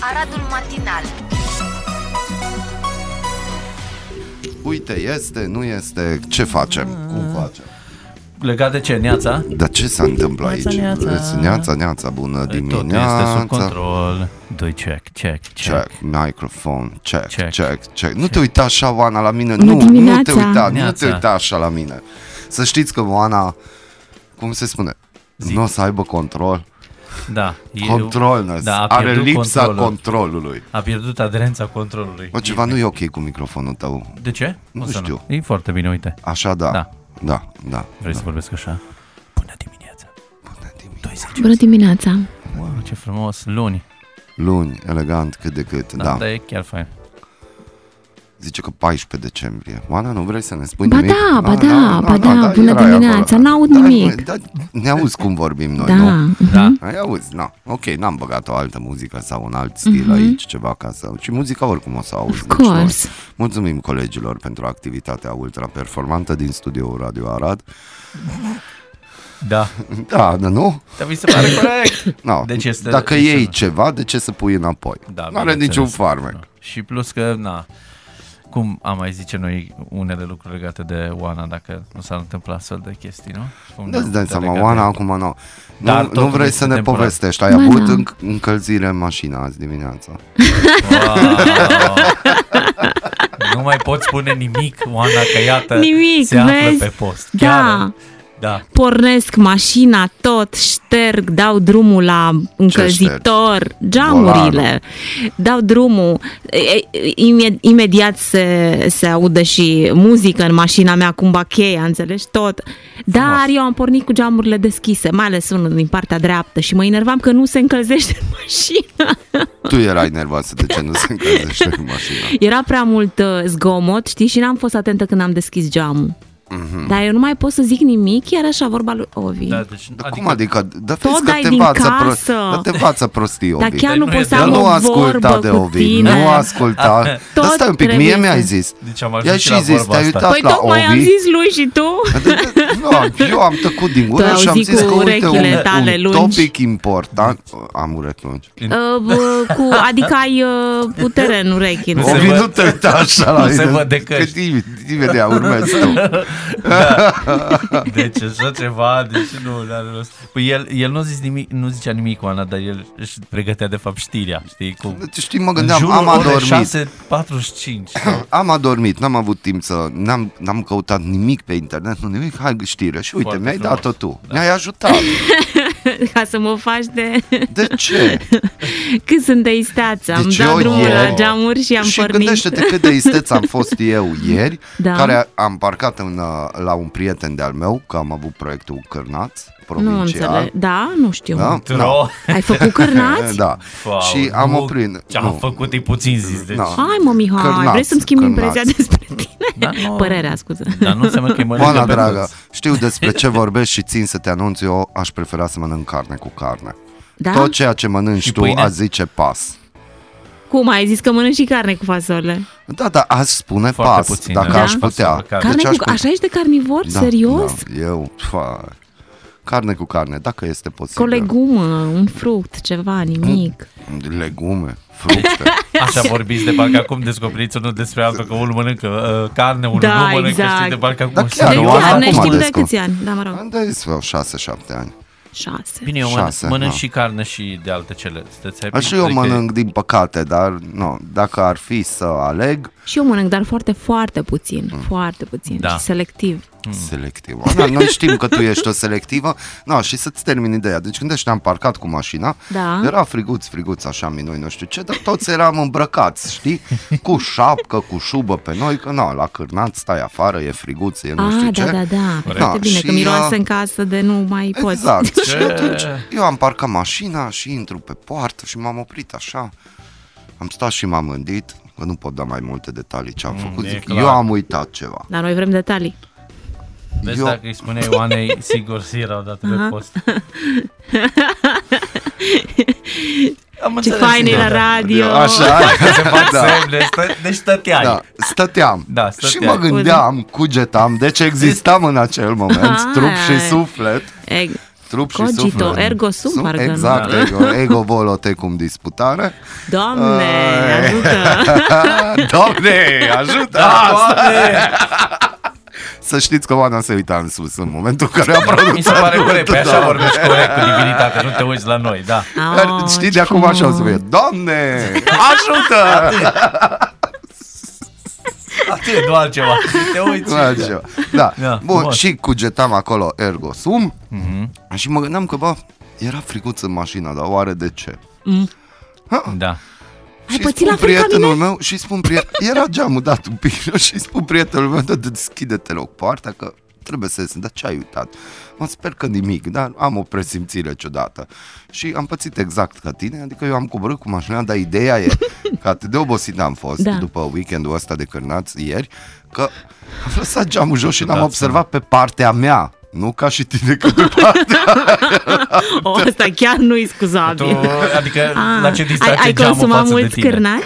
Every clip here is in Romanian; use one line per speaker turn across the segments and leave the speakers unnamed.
Aradul matinal
Uite, este, nu este, ce facem,
Ah.
cum facem?
Legat de ce, Neața?
Dar ce se întâmplă
Neața,
aici?
neața.
neața, neața, bună
Totul este sub
dimineața.
control. Doi check, check, check.
Check, microfon, check, check,
Check.
check, check. Nu te uita așa, Oana, la mine. Nu, nu te
dimineața.
uita, nu te
Neața.
uita așa la mine. Să știți că Oana, cum se spune, nu o să aibă control.
Da. e-
Control,
da, a
are
pierdut
lipsa
controlul.
controlului.
A pierdut aderența controlului.
Bă, ceva nu e ok cu microfonul tău.
De ce?
Nu
O să
știu.
E foarte bine, uite.
Așa da.
Da.
Da, da.
Vrei să vorbesc așa? Bună dimineața.
Bună dimineața.
20.
Bună dimineața!
Wow, ce frumos. Luni.
Luni, elegant, cât de cât, da.
Da, da. e chiar fain.
Zice că 14 decembrie. Oana, nu vrei să ne spui
Ba
nimic?
da,
Ah,
ba da, ba da,
erai
bună
acolo.
dimineața, n-aud
Da,
nimic.
mă, Da, ne auzi cum vorbim noi, nu?
Da,
Da.
Ai auzi, na. Ok, n-am băgat o altă muzică sau un alt stil aici, ceva ca să... Și muzica oricum o să auzi.
Mhm. of
deci nu-
course.
Mulțumim colegilor pentru activitatea ultra-performantă din studioul Radio Arad.
Da.
Da, da, nu?
Dar mi se pare corect.
No.
Deci este-
Dacă
este-
iei ceva, de ce să pui înapoi?
Da,
nu are
bineînțeles.
niciun farmec.
Da. Și plus că, na, cum am mai zice noi unele lucruri legate de Oana dacă nu s-ar întâmpla astfel de chestii, nu? Cum
Da, îți dai
de
seama,
legate-
Oana, acum nu.
Dar
Nu, nu
totul
vrei
este
să ne
temporar.
povestești. Ai
Ba
avut
da.
înc- încălzire în mașină azi dimineața.
Wow. nu mai pot spune nimic, Oana, că iată,
Nimic,
se află
vezi?
pe post.
Da.
Chiar, da.
Păi,
Pornesc mașina, tot, șterg, dau drumul la încălzitor, geamurile, dau drumul. E- e- imed- Imediat se, se aude și muzică în mașina mea, cum ba cheia, înțelegi tot. Dar eu am pornit cu geamurile deschise, mai ales unul din partea dreaptă și mă enervam că nu se încălzește în mașină.
Tu erai nervoasă de ce nu se încălzește în mașină.
Era prea mult uh, zgomot, știi, și n-am fost atentă când am deschis geamul. Mm-hmm. Dar eu nu mai pot să zic nimic, iar așa vorba lui Ovi.
da deci,
Dar adică, cum adică? Dar vezi
Tot
că
dai
te
din
învață pro-
casă.
Dar te învață prostii,
Dar
Ovi.
chiar
Dar
nu
nu e
poți să
de-
Dar
am
nu
o
asculta
vorbă
de
cu
Ovi,
tine.
nu asculta.
Tot
Dar stai un pic, mie
trebuie
mi-ai
să-
zis.
Deci am
Ia
ajuns și
și
la
zis,
vorba
te-ai
asta.
uitat
Păi
la
tocmai am
Ovi. Adică-
zis lui și tu.
Nu, eu am tăcut din gură
Tu
și am
auzi
zis
cu
că uite un,
urechile tale
un
lungi.
topic important. Am urechi lungi.
Uh, bă, cu, adică ai uh, putere în urechi.
Nu se
Ovi,
văd.
nu te uita așa la
Nu se
mine,
văd de
Că
căști.
dim- imediat urmezi tu.
Deci așa ceva, deci nu, nu are rost. Păi el, el nu, zis nimic, nu zicea nimic, Oana, dar el își pregătea de fapt știrea, știi? Cu,
Deci, Știi, mă
în
gândeam,
jurul
am
orei
adormit. Da.
6.45. sau-
Am adormit, n-am avut timp să... N-am, n-am căutat nimic pe internet, nu nimic, hai știre. Și uite,
Foarte
mi-ai
frumos. Da.
dat-o tu. Mi-ai ajutat.
Ca să mă faci de...
De ce?
Cât sunt de isteață. Am
Deci
dat
eu
drumul
ieri-
la geamuri și am
și
pornit.
gândește-te cât de isteț am fost eu ieri,
Da.
care am parcat în, uh, la un prieten de-al meu, că am avut proiectul Cârnaț,
Nu
provincial.
înțeleg. Da, nu știu.
Da?
Tro.
Ai făcut cârnați?
Da.
Wow,
și am
nu,
oprit.
Ce am făcut, e puțin zis. Deci.
Da.
Hai mă, Mihai,
Cârnați,
vrei să-mi schimbi
cârnați.
impresia despre tine?
Da, nu-
Părerea, scuze.
Dar nu înseamnă că e mărită
Oana
pe
dragă,
toți.
știu despre ce vorbești și țin să te anunț, eu aș prefera să mănânc carne cu carne.
Da?
Tot ceea ce mănânci
Și
tu,
pâine?
azi zice pas.
Cum ai zis că mănânci și carne cu fasole?
Da, da, aș spune
Foarte
pas,
puțin,
dacă
da.
aș
Da.
putea.
Carne
Deci
Carne
aș
cu... Așa ești de carnivor?
Da,
Serios?
Da, eu, fa, carne cu carne, dacă este
Cu o
posibil.
legumă, un fruct, ceva, nimic.
Legume, fructe.
Așa vorbiți de parcă acum descoperiți unul despre altul că unul mănâncă uh, carne, unul
Da,
nu mănâncă,
exact.
știi, de parcă acum.
Da,
știi,
chiar,
de
nu,
eu-
asta
chiar, Deci, ne
acum
știm de
descop-
câți ani? Da, mă rog,
Am dat vreo 6-7 ani.
șase.
Bine, eu
Șase,
șase, mănânc
da.
și carne și de alte cele. Sunteți happy?
Așa eu
Adică-
mănânc din păcate, dar nu, dacă ar fi să aleg,
Și eu mănânc, dar foarte, foarte puțin.
Mm.
Foarte puțin.
Da.
Și selectiv.
selectivă. Da, noi știm că tu ești o selectivă. No, și să-ți termin ideea. Deci când ești am parcat cu mașina,
Da.
era friguț, friguț, așa minui, nu știu ce, dar toți eram îmbrăcați, știi? Cu șapcă, cu șubă pe noi, că no, la cârnat stai afară, e friguț, e nu
ah,
știu
da,
ce.
da, da,
Corect. Da,
Foarte bine,
și,
că miroase
uh,
în casă de nu mai poți.
Exact. Și
Ce?
atunci eu am parcat mașina și intru pe poartă și m-am oprit așa. Am stat și m-am gândit că nu pot da mai multe detalii ce am făcut.
Mm, e
Zic,
clar.
eu am uitat ceva.
Dar noi vrem detalii.
Vezi,
Eu-
dacă îi spuneai Oanei, sigur si erau date pe post. Am
Ce fain
Da,
e la radio!
Așa, da.
Semne, stă, deci stăteai.
Da, stăteam.
Da, stăteai.
Și mă gândeam, cugetam, deci existam în acel moment,
Hai.
trup și suflet.
E,
trup și
Cogito,
suflet.
ergo sum,
Sum?
parcă nu.
Da.
Exact, ego, ego volo tecum disputare.
Doamne,
Ai.
ajută!
Doamne, ajută!
Da, Doamne!
Să știți că Oana se uita în sus în momentul în care a produs.
Mi se pare corect, pe așa
Da.
vorbești corect cu divinitatea, nu te uiți la noi, da.
Dar
Oh,
știi,
ce
de acum așa o să fie.
frumos.
Doamne, ajută!
Atât, nu altceva. Te uiți.
Altceva. Da.
Da,
Bun,
frumos. Mhm.
și cugetam acolo ergo sum și mă gândeam că, bă, era fricuț în mașină, dar oare de ce?
Da.
Ai
Și
pățit
spun
la fel ca
prietenul
mine?
meu și spun priet- era geamul dat un pic și spun prietenul meu, da, deschide-te loc partea că trebuie să ies, dar ce ai uitat? Mă sper că nimic, dar am o presimțire ciudată. Și am pățit exact ca tine, adică eu am coborât cu mașina, dar ideea e că atât de obosit am fost
Da.
după weekendul ăsta de cârnați ieri, că am lăsat geamul jos și l-am
Dați
observat pe partea mea. Nu ca și tine, că pe partea
O, asta chiar nu-i
Tu,
scuzabil.
adică
Ah,
la ce
ai,
distanță
ai
geamul
consumat
față de
mulți
tine?
cârnați?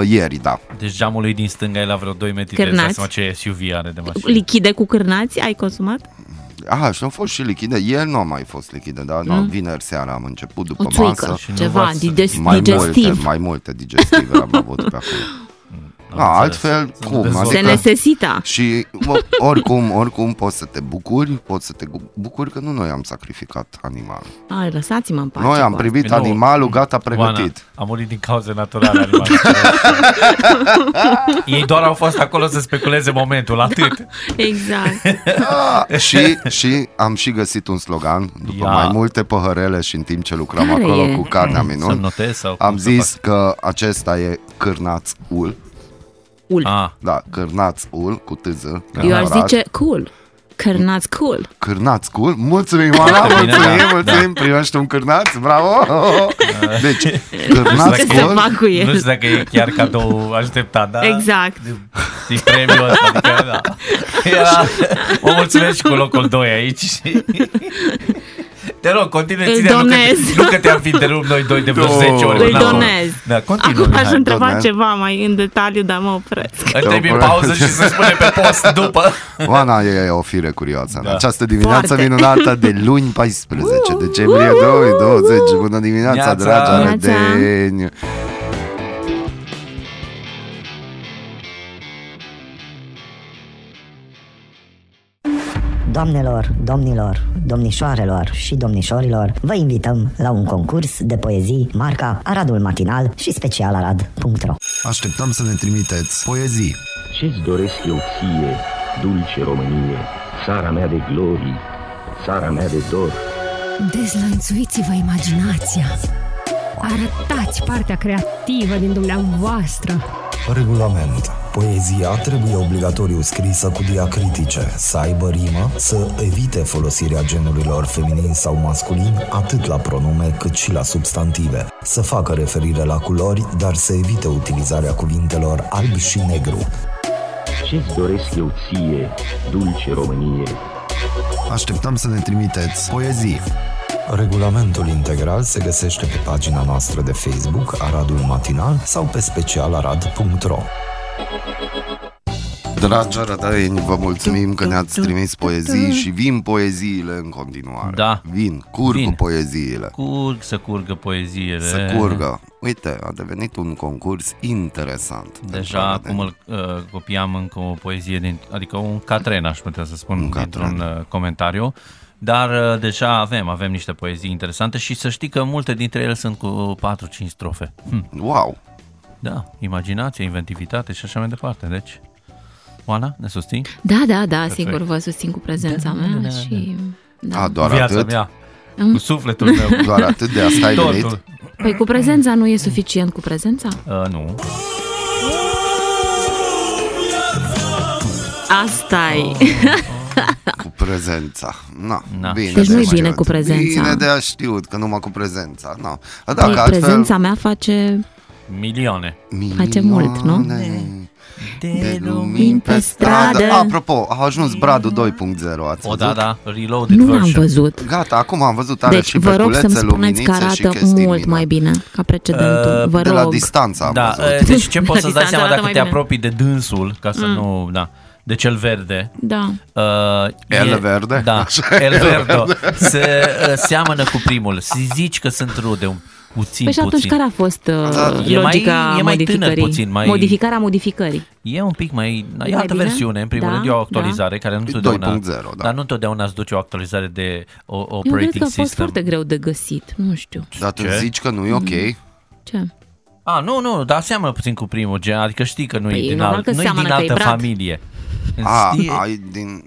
Uh, ieri, da.
Deci geamul lui din stânga e la vreo 2 metri de
Cârnați.
dai seama ce SUV are de mașină.
Lichide cu cârnați ai consumat?
Aha, și au fost și lichide. Ieri nu am mai fost lichide, dar mm. vineri seara am început după
O țuică,
masă.
Și nu
ceva,
v-ați-
digest-
Mai
digestiv.
multe, mai multe digestive am avut pe acolo.
Am
Da,
înțeles.
altfel,
Să nu
cum?
dezvoltăm.
Se
Adică-
necesita.
Și bă, oricum, oricum poți să te bucuri, poți să te gu- bucuri că nu noi am sacrificat animalul.
Ai, lăsați-mă în pace
Noi am
cu asta.
primit
Nu.
animalul gata pregătit.
Oana, a murit din cauze naturale animalele. Ei doar au fost acolo să speculeze momentul, atât.
Exact.
Ah, și, și am și găsit un slogan după
Ia.
mai multe păhărele și în timp ce lucram
Care
acolo
e? Mm.
cu carnea
Să-mi
minun.
notez sau
Am
cum să
zis că acesta e cârnațul,
Ul.
fac? Ah,
da, cârnațul cu tz.
Eu
din
aș
Arad.
zice cool. Cârnați cool.
Cârnați, cool. Mulțumim, Oana,
Bine,
mulțumim,
da,
mulțumim. Primești un cârnaț, bravo. Deci,
Ce
cârnați,
se
cool.
fac cu
nu
el?
știu dacă e chiar cadou așteptat, da?
Exact.
Din premiul ăsta, adică, da. Era, o mulțumesc și cu locul 2 aici. și- Te rog, continuă,
Îl
ține, nu că,
donez.
nu că te-am fi întrerupt noi doi de vreo 10 ori.
Îl
până acum.
donez.
Da, continuă,
Acum aș
Mihai.
întreba
Doamne.
ceva mai în detaliu, dar mă opresc.
Îl trebuie în pauză și se spune pe post după.
Oana e o fire curioasă. În
Da.
această dimineață
Foarte. Uhuh!
minunată de luni 14 decembrie 2020. Bună dimineața,
Neața.
dragi
Neața.
arădeni.
Doamnelor, domnilor, domnișoarelor și domnișorilor, vă invităm la un concurs de poezii marca Aradul Matinal și special arad.ro.
Așteptăm să ne trimiteți poezii.
Ce-ți doresc eu ție, dulce Românie, țara mea de glorii, țara mea de dor?
Dezlănțuiți-vă imaginația. Arătați partea creativă din dumneavoastră.
Regulament. Poezia trebuie obligatoriu scrisă cu diacritice, să aibă rimă, să evite folosirea genurilor feminin sau masculin atât la pronume cât și la substantive, să facă referire la culori, dar să evite utilizarea cuvintelor alb și negru.
Ce-ți doresc eu ție, dulce Românie,
Așteptăm să ne trimiteți poezii. Regulamentul integral se găsește pe pagina noastră de Facebook Aradul Matinal sau pe specialarad.ro.
Dragi arădeni, vă mulțumim că ne-ați trimis poezii și vin poeziile în continuare.
Da.
Vin, curg
Vin.
cu poeziile.
Curg, să curgă poeziile.
Să curgă. Uite, a devenit un concurs interesant. pentru
Deja
arădeni.
acum îl uh, copiam încă o poezie, din, adică un catren aș putea să spun un dintr-un uh, comentariu, dar uh, deja avem, avem niște poezii interesante și să știi că multe dintre ele sunt cu 4-5 strofe. Hm,
Wow!
da, imaginație, inventivitate și așa mai departe, deci... Oana, ne susții?
Da, da, da, sigur vă susțin cu prezența mea și...
Da. A,
Da.
doar
Viața
atât?
mea, Mm. cu sufletul meu,
Doar atât de asta ai venit?
totul.
Păi cu prezența nu e suficient cu prezența?
Uh, nu,
asta e.
Oh, Cu prezența. Na,
Na.
Bine
Deci
de
nu-i
știut.
bine cu prezența.
Bine de a știut, că numai cu prezența. Na. A, Da, că
Păi
altfel,
prezența mea face...
milioane.
face mult, nu?
milioane De lumini pe stradă. Apropo, a ajuns Bradu 2.0, ați
O,
văzut?
da, da,
Deci
reloaded
Nu l-am
version.
văzut.
Gata, acum am văzut, are
Deci
și
vă rog
beculețe,
să-mi spuneți că
luminițe și
arată
chestii
mult
mine.
mai bine ca precedentul.
Uh,
Vă
De la
rog.
distanță am
Da,
văzut.
e, deci ce poți să-ți
La
dai seama dacă
distanță arată Mm.
te
mai bine.
apropii de dânsul, ca să nu, da. de cel verde.
Da.
Uh,
El verde?
Da,
Așa,
El
el
Verdo. Se, uh, seamănă cu primul. Se zici că sunt rude, un puțin,
Păi și atunci
puțin.
care a fost uh,
Da.
E mai-
logica
e mai
modificării?
tânăr puțin, mai-
Modificarea modificării.
E un pic mai...
mai
E altă
bine?
versiune, în primul
Da,
rând, e o actualizare care nu întotdeauna...
2.0, da.
Dar nu întotdeauna îți duce o actualizare de o,
Eu
operating
cred că a fost
system.
foarte greu de găsit. Nu știu.
Dar tu
Ce?
zici că nu e ok.
Ce?
A, Ah, nu, nu, dar seamănă puțin cu primul gen, adică știi că nu
Păi,
e din,
normal
alt,
că
nu e
seamănă
din
că e
altă
brat.
familie.
A,
Știi-
Ah, ai din...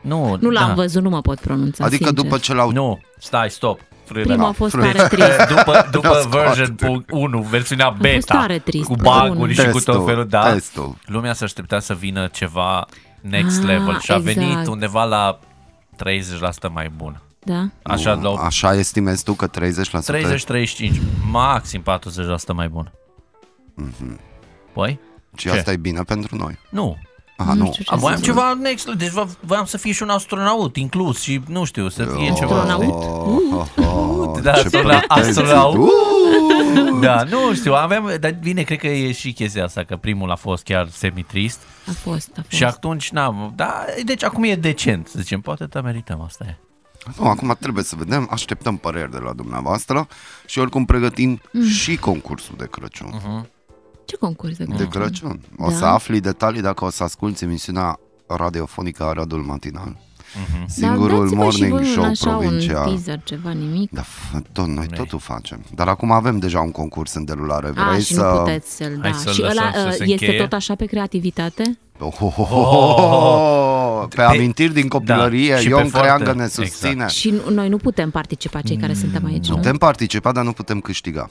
nu,
Nu l-am
da.
văzut, nu mă pot pronunța,
Adică
sincer.
după ce l-au...
Nu, stai, stop. Frână.
Prima a
Da,
fost
frână.
tare trist.
După, după
N-a
version punct 1, versiunea beta,
tare trist,
cu
pe
baguri
bună.
și cu tot
Testul,
felul, da,
testul.
lumea se aștepta să vină ceva next
Ah,
level și a
exact.
venit undeva la 30% mai bun.
Da?
Așa,
Nu,
la o
Așa estimezi tu că 30%?
30-35, maxim 40% mai bun.
Mhm.
Păi?
Și
Ce?
asta e bine pentru noi.
Nu.
Aha, nu.
știu ce
A, voiam
să
ceva next level, deci vo- voiam să fii și un astronaut inclus și nu știu, să fie ceva.
Astronaut?
Oh, oh, oh,
Da,
ce
astronaut.
pretenții.
Astronaut.
Uh!
Da, nu știu, aveam, dar bine, cred că e și chestia asta, că primul a fost chiar semitrist
A fost, a fost.
și atunci n-am, da, deci acum e decent, să zicem, poate da merităm, asta e.
Nu, acum trebuie să vedem, așteptăm păreri de la dumneavoastră și oricum pregătim
Mm.
și concursul de Crăciun.
Mhm,
Ce concurs de
De
concurs?
Crăciun. O
Da.
să afli detalii dacă o să asculti emisiunea radiofonică a Radul Matinal.
Mhm.
Da, Singurul
dați-vă și
morning
voi un
show
așa,
provincial.
un teaser, ceva, nimic.
Da, f- tot, noi totul facem. Dar acum avem deja un concurs în derulare. Vrei
A, Ah, și
să...
nu puteți să-l da.
Hai să-l
și
lăsăm
ăla
să se
uh, este
încheie.
tot așa pe creativitate?
Oh, oh, oh, oh, oh. Pe amintiri din copilărie,
da, și pe
Ion Creangă
foarte-
ne susține.
Și nu- noi nu putem participa cei
Mm,
care suntem aici, nu?
Putem participa, dar Da. nu putem câștiga.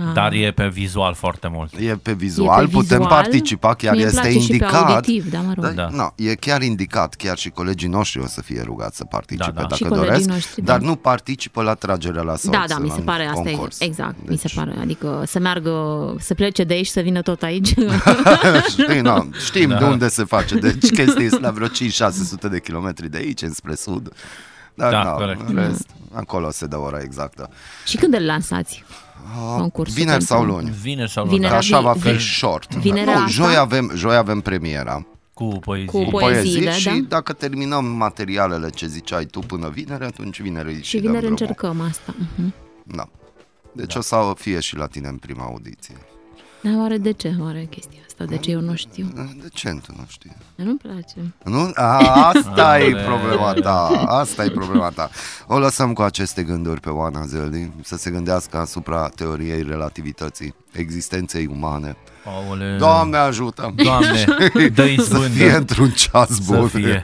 Ah.
Dar e pe vizual foarte mult.
E pe
E
vizual,
pe
putem
vizual.
participa, chiar
Mie îmi
este
place și pe
indicat.
auditiv, da, mă rog.
Da.
Na, e chiar indicat, chiar și colegii noștri o să fie rugați să participe
Da, da.
dacă
Și colegii
doresc,
noștri, da.
dar nu participă la tragerea la sorți
Da, da, mi se
în
pare asta e,
concurs.
exact, mi
Deci,
se pare, adică să meargă, să plece de aici, să vină tot aici.
Știi, na, știm
Da.
de unde se face, deci chestia este la vreo 5-600 de kilometri de aici, înspre sud. Dar
Da,
na,
corect.
în rest, acolo se dă ora exactă.
și când îl lansați? Concursul
Ah, Vineri
pentru-
sau luni?
Vineri sau
Vineri.
luni,
Că
da,
așa va fi
vi-
short.
vinerea
Nu,
asta?
joi avem, joi avem premiera.
cu
Cu
poezie.
cu
poeziile,
poezii
da?
și dacă terminăm materialele ce ziceai tu până vineri, atunci vineri îi
Și
dăm
vineri
drumul.
încercăm asta. Mhm.
Da. Deci da. o să fie și la tine în prima audiție.
Dar oare de ce? Oare chestia asta? De ce eu nu știu?
De ce tu nu știi?
Nu-mi place.
Nu? A, asta e
Aoleu.
problema ta. Asta e problema ta. O lăsăm cu aceste gânduri pe Oana Zeldin să se gândească asupra teoriei relativității, existenței umane.
Aoleu.
Doamne ajută!
Mm. Doamne, dă-i
Să fie
izbândă.
într-un ceas
Să
bun.
fie.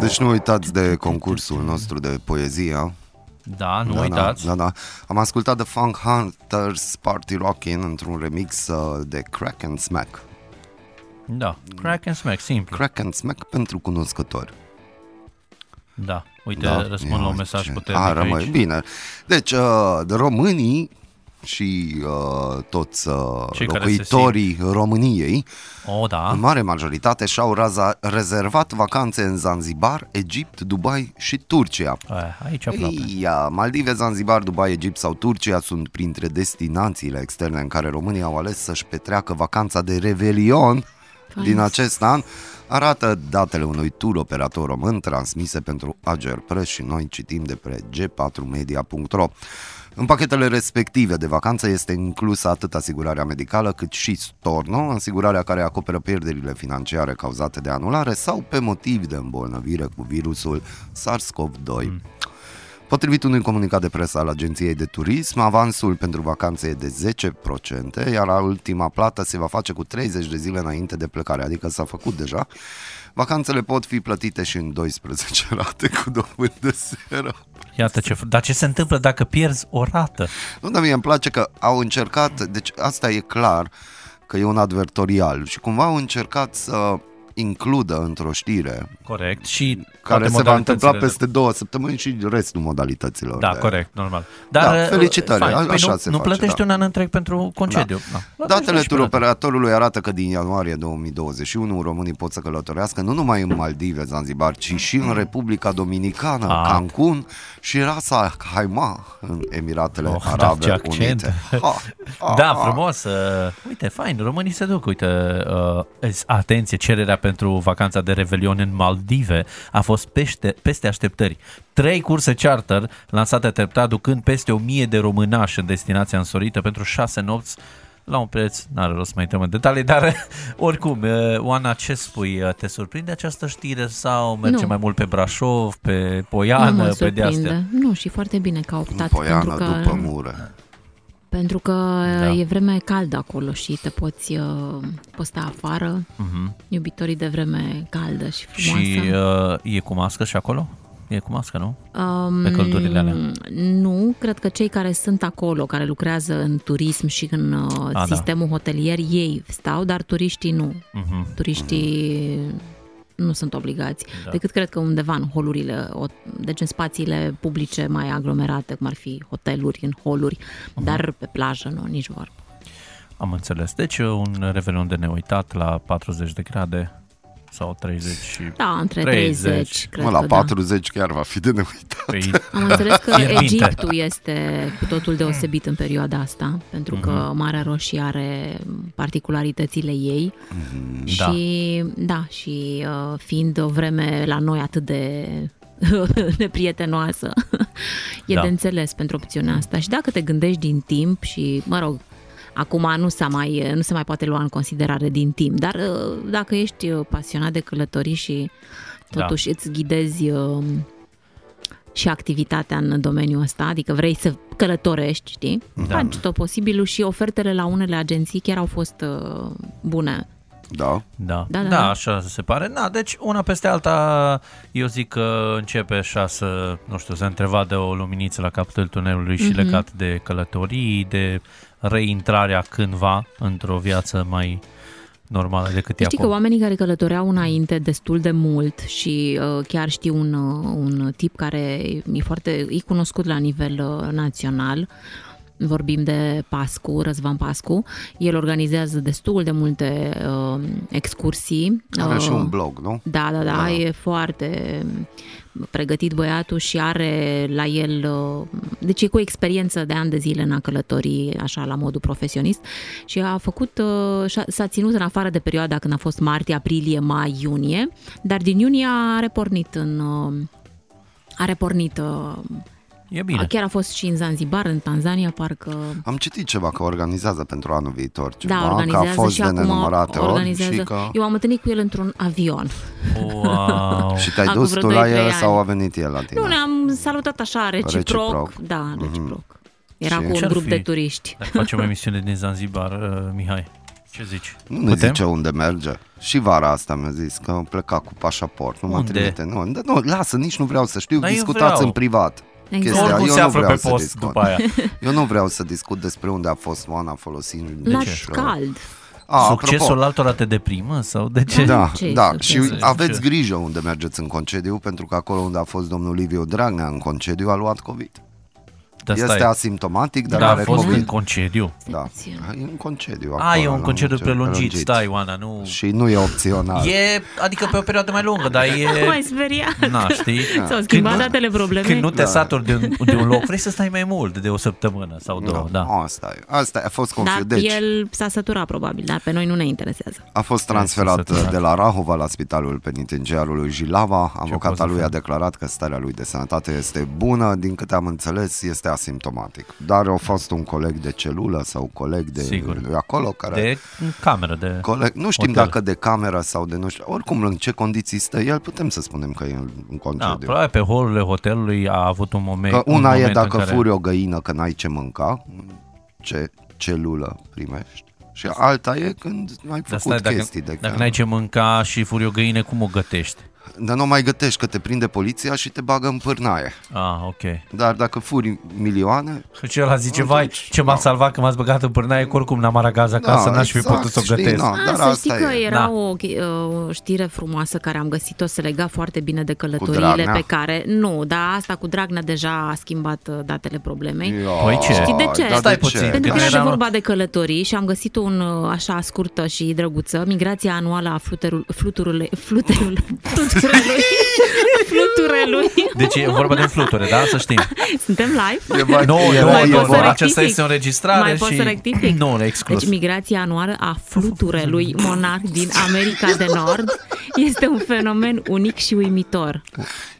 Deci nu uitați de concursul nostru de poezie.
Da, nu uitați.
Da, da, da. Am ascultat The Funk Hunters Party Rockin' într-un remix uh, de Crack and Smack.
Da, crack and smack, simplu.
Crack and Smack pentru cunoscători.
Da, uite,
Da?
răspund la un mesaj
ce-
puternic
A, rămâi,
aici.
bine. Deci, uh, de românii și uh, toți uh,
Cei care se
locuitorii României,
O, da,
în mare majoritate, și-au raza, rezervat vacanțe în Zanzibar, Egipt, Dubai și Turcia.
Aia, aici aproape.
Ia, Maldive, Zanzibar, Dubai, Egipt sau Turcia sunt printre destinațiile externe în care românii au ales să-și petreacă vacanța de revelion din acest an, arată datele unui tur operator român transmise pentru Ager Press și noi citim de pe g4media.ro. În pachetele respective de vacanță este inclusă atât asigurarea medicală cât și storno, asigurarea care acoperă pierderile financiare cauzate de anulare sau pe motiv de îmbolnăvire cu virusul SARS-CoV-2. Mm. Potrivit unui comunicat de presă al Agenției de Turism, avansul pentru vacanțe e de 10%, iar ultima plată se va face cu 30 de zile înainte de plecare, adică s-a făcut deja. Vacanțele pot fi plătite și în 12 rate cu dobândă de seră.
Iată ce, fr- dar ce se întâmplă dacă pierzi o rată?
Nu, dar mie îmi place că au încercat, deci asta e clar că e un advertorial și cumva au încercat să includă într-o știre
Corect. Și
care
toate
se va întâmpla
modalitățile-
peste două săptămâni și restul modalităților.
Da,
de-
corect, normal.
Da,
uh,
felicitări,
fain.
a-
Păi
așa
nu,
se
Nu
face,
plătești
da.
un an întreg pentru concediu. Da.
Datele
Plătești și
turoperatorului arată că din ianuarie 2021 românii pot să călătorească nu numai în Maldive, Zanzibar, ci și în Republica Dominicană,
Ah.
Cancun și rasa Haima în Emiratele
Oh, da,
Arabe
ce accent.
Unite. Ha,
Ah.
ha,
Da,
ha.
frumos. uh, Uite, fain, românii se duc. Uite, uh, atenție, cererea pentru vacanța de revelion în Maldive a fost peste, peste așteptări. Trei curse charter lansate treptat, ducând peste o mie de românași în destinația însorită pentru șase nopți la un preț, n-are rost să mai intrăm în detalii, dar oricum, uh, Oana, ce spui? Uh, Te surprinde această știre sau merge
Nu.
mai mult pe Brașov, pe
nu
Poiană,
mă
Da, pe de-astea?
surprinde. Nu, și foarte bine că a optat pentru
Poiană
că,
după mură.
pentru că
Da.
e vreme caldă acolo și te poți, uh, poți sta afară,
Mhm.
iubitorii de vreme caldă și frumoasă.
Și uh, e cu mască și acolo? E cu mască, nu?
Um,
Pe căldurile alea.
Nu, cred că cei care sunt acolo, care lucrează în turism și în uh,
da.
sistemul hotelier, ei stau, dar turiștii nu.
Mhm.
Turiștii nu sunt obligați,
Da.
da. decât cred că undeva în holurile, o- deci în spațiile publice mai aglomerate, cum ar fi hoteluri, în holuri,
Mhm.
uh-huh. dar pe plajă nu, nici vorbă.
Am înțeles. Deci un revelion de neuitat la 40 de grade sau 30 și...
Da, între
30.
30, cred
Mă, la
că
40 chiar va fi de neuitat.
Păi,
da. Am înțeles că
Fierbinte.
Egiptul este cu totul deosebit în perioada asta, pentru că
Mhm.
Marea Roșie are particularitățile ei
Da.
și da, și uh, fiind o vreme la noi atât de neprietenoasă, e
Da.
de înțeles pentru opțiunea asta. Și dacă te gândești din timp și, mă rog, acum nu, s-a mai, nu se mai poate lua în considerare din timp, dar uh, dacă ești uh, pasionat de călătorii și
Da.
totuși îți ghidezi uh, și activitatea în domeniul ăsta, adică vrei să călătorești, știi? Da. Faci tot posibilul și ofertele la unele agenții chiar au fost uh, bune.
Da.
da. Da, da,
Da, da,
da,
da.
așa se pare. Na, deci una peste alta, eu zic că începe așa să, nu știu, să întrevadă o luminiță la capătul tunelului
Mhm.
și legat de călătorii, de reintrarea cândva într-o viață mai normală decât e
Știi că
acum.
oamenii care călătoreau înainte destul de mult și uh, chiar știu un, uh, un tip care e foarte e cunoscut la nivel uh, național, vorbim de Pascu, Răzvan Pascu, el organizează destul de multe uh, excursii.
Are
uh,
și un blog, nu?
Da, da, da,
Da.
da, e foarte pregătit băiatul și are la el, uh, deci e cu experiență de ani de zile în a călători, așa, la modul profesionist și a făcut, uh, și-a- s-a ținut în afară de perioada când a fost martie, aprilie, mai, iunie, dar din iunie a repornit în... uh, A repornit, uh,
E bine.
Ah, chiar a fost și în Zanzibar, în Tanzania, parcă...
Am citit ceva că organizează pentru anul viitor ceva,
Da,
că a
organizează
fost
și
de
acum
nenumărate ori
organizează.
și că...
Eu am întâlnit cu el într-un avion.
Wow.
Și te-ai
Acum
dus
vreo
tu la
doi, trei
el
ani.
sau a venit el la tine?
Nu, ne-am salutat așa, reciproc.
Reciproc. Mhm.
Da, reciproc. Era
Și-
cu un
Ce-ar
grup
fi?
de turiști.
Dacă facem o emisiune din Zanzibar, uh, Mihai, ce zici?
Nu ne zice unde merge. Și vara asta mi-a zis că pleca cu pașaport. Nu mă
Unde?
trimite. Nu, nu, nu, lasă, nici nu vreau să știu.
Dar eu
Discutați
vreau.
în privat.
Exact.
Chestia,
Oricum
eu
se
nu
află
vreau
pe
să
post
discut.
după aia.
Eu nu vreau să discut despre unde a fost Oana folosind
La
niște-
cald.
A,
Succesul
apropo,
altora te deprimă sau de ce?
da,
Ce
da,
succes?
și
Ce?
aveți grijă unde mergeți în concediu, pentru că acolo unde a fost domnul Liviu Dragnea în concediu a luat COVID.
Da,
este
stai.
asimptomatic, dar
Da, a
are
fost în
COVID.
concediu.
Da.
Puțin.
E un concediu.
A,
acolo,
e
la
un concediu prelungit, stai, Oana, nu...
Și nu e opțional.
E, adică pe o perioadă mai lungă, dar
mai
e...
speriat.
Na, știi?
Da.
S-au schimbat
Când nu-
datele problemei.
Când nu te saturi de un, de un loc, vrei să stai mai mult, de o săptămână sau două, da.
Asta e. Asta e. a fost
Dar
confuz. Deci,
el s-a săturat probabil, dar pe noi nu ne interesează.
a fost
Hai să se
transferat de
trage.
la Rahova la spitalul penitenciarului Jilava. Avocata
poți să
lui a
faci?
declarat că starea lui de sănătate este bună, din câte am înțeles, este asimptomatic. Dar a fost un coleg de celulă sau coleg de
Sigur.
de acolo care
De cameră, de...
Coleg, nu știm
Hotel.
dacă de cameră sau de nu știu, oricum în ce condiții stă el, putem să spunem că e în- în
Da,
concediu.
probabil pe holurile hotelului a avut un moment
Că
un
una e
moment
dacă
în care...
furi o găină că n-ai ce mânca, ce celulă primești, și alta e când n-ai făcut
Dar stai, dacă,
chestii de
dacă n-ai
care-
ce mânca și furi o găină, cum o gătești?
Dar nu mai gătești că te prinde poliția și te bagă în pârnaie.
Ah, ok.
Dar dacă furi milioane,
Păi-
Și ăla zice, vai,
Atunci,
ce m-a
da.
salvat că m-ați băgat în pârnaie, că oricum n-am aragaz acasă,
Da,
n-aș fi
exact,
putut să o
știi,
gătesc.
da.
A,
dar
Ah, să știi
asta
că
e.
era
Da.
o, chi- o știre frumoasă care am găsit-o, se lega foarte bine de călătoriile
Dragnea?
pe care... Nu, dar asta cu Dragnea deja a schimbat uh, datele problemei.
Păi ce?
Știi de ce?
Dar
Stai
de
puțin.
ce?
Pentru că
Deci
era de
era-
vorba de călătorii și am găsit un uh, așa scurtă și drăguță, migrația anuală a fluterul, fluturului, fluterul, fluturelui, fluturelui.
Deci e vorba de fluture, da? Să știm.
Suntem live?
E
Nu,
e
nu,
mai
nu,
pot
nu,
să rectific?
aceasta este o înregistrare
Mai pot
și...
să rectific?
Nu, nu, exclus.
Deci migrația anuală a fluturelui monarh din America de Nord este un fenomen unic și uimitor.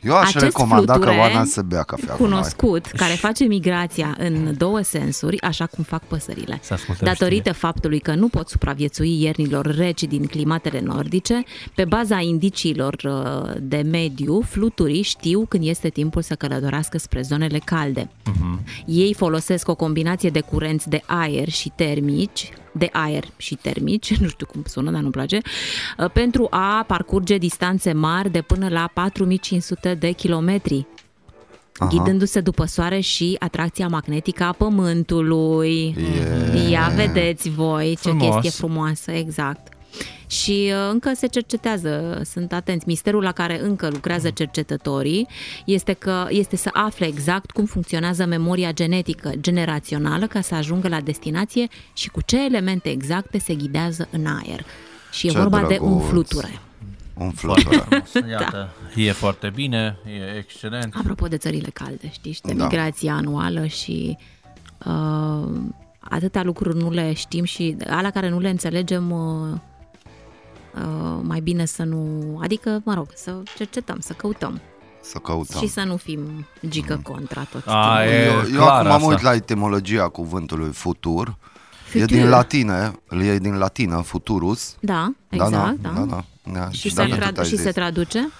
Eu aș
Acest
recomanda ca
fluture
Oana să bea cafea cu noi.
cunoscut, care face migrația în două sensuri, așa cum fac păsările.
Să ascultăm
Datorită faptului că nu pot supraviețui iernilor reci din climatele nordice, pe baza indiciilor uh, de mediu, fluturii știu când este timpul să călătorească spre zonele calde.
Mhm.
Ei folosesc o combinație de curenți de aer și termici, de aer și termici, nu știu cum sună, dar nu-mi place, uh, pentru a parcurge distanțe mari de până la 4500 de kilometri ghidându-se după soare și atracția magnetică a pământului.
Yeah.
Ia vedeți voi ce
Frumos.
chestie frumoasă, exact. Și uh, încă se cercetează, sunt atenți. Misterul la care încă lucrează cercetătorii este că este să afle exact cum funcționează memoria genetică generațională ca să ajungă la destinație și cu ce elemente exacte se ghidează în aer. Și e
Ce
vorba de un
drăguț.
fluture.
Un flutură.
Iată,
da.
e foarte bine, e excelent.
Apropo de țările calde, știi, și de
Da.
migrația anuală și uh, atâtea lucruri nu le știm și ala care nu le înțelegem, uh, uh, mai bine să nu... Adică, mă rog, să cercetăm, să căutăm
Să căutăm.
și să nu fim
Mm.
gică contra tot
A,
timpul.
e
Eu, eu
clar
acum mă
asta.
uit la etimologia cuvântului futur. E
Futur.
din latine, e din latină, futurus.
Da, exact, da.
da, da, da, da.
Și, se,
dacă tu
trad-
ai
și
zis.
se traduce?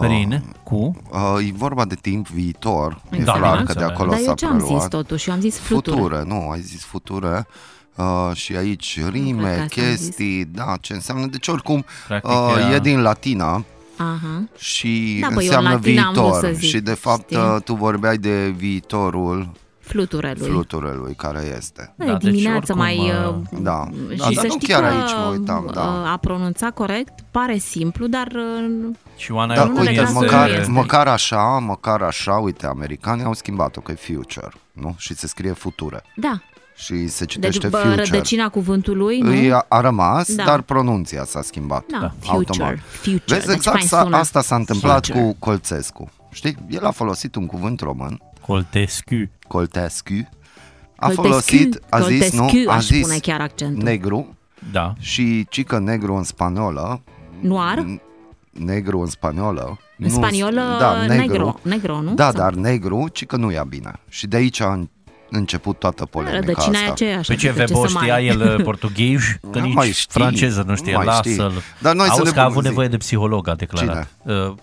Prin, cu...
Uh, e vorba de timp viitor. E
Exact.
Da,
clar că de
bineînțeles.
acolo
Dar
s-a
eu ce am
preluat.
zis totuși? Eu am zis
future.
flutură.
nu, ai zis future. Uh, și aici
cred că
rime,
asta am
chestii, da, ce înseamnă. Deci oricum
Practic
uh,
era-
e din latina
Aha.
și
Da, bă, eu în
înseamnă
latină am vrut să
viitor.
zic,
și de fapt
știi?
uh, tu vorbeai de viitorul
Fluturelui.
fluturelui care este.
Da,
Da,
e
deci
dimineață
oricum,
mai...
uh,
uh,
Da,
și
da, dar
să
nu
știi
chiar
că
aici mă uitam, da.
uh, a pronunțat corect, pare simplu, dar uh,
Și Oana
Dar
e un
unele
uite,
cazuri nu
Da, măcar,
este.
măcar așa, măcar așa, uite, americanii au schimbat-o, că e future, nu? Și se scrie future.
da,
Și se
deci
citește
bă,
future.
rădăcina cuvântului, nu?
Îi a, a rămas,
Da.
dar pronunția s-a schimbat.
Da, future,
automat.
future.
Vezi,
Deci,
exact
fain,
s-a,
sună.
asta s-a întâmplat
Future.
cu Colțescu. Știi? El a folosit un cuvânt român,
Coltescu.
Coltescu, a
Coltescu,
folosit, a zis, nu,
Coltescu,
a
aș
zis
pune chiar accentul.
negru
Da.
și cică negru în spaniolă,
Noir?
În negru în spaniolă.
În spaniolă, negro. Negro, nu?
Da,
Sau-
dar negru, ci că nu e bine. Și de aici a în- început toată polemica
Rădăcina e
asta.
aceeași.
Pe Păi ce
adică
Vebo
să mai-
știa el uh, păi, portughez, că
Nu
nici
mai știi,
franceză nu
nu
știe,
mai știi.
lasă-l.
Dar noi să
Auzi
ne
că a avut
bunăzi.
nevoie de psiholog, a declarat. Uh,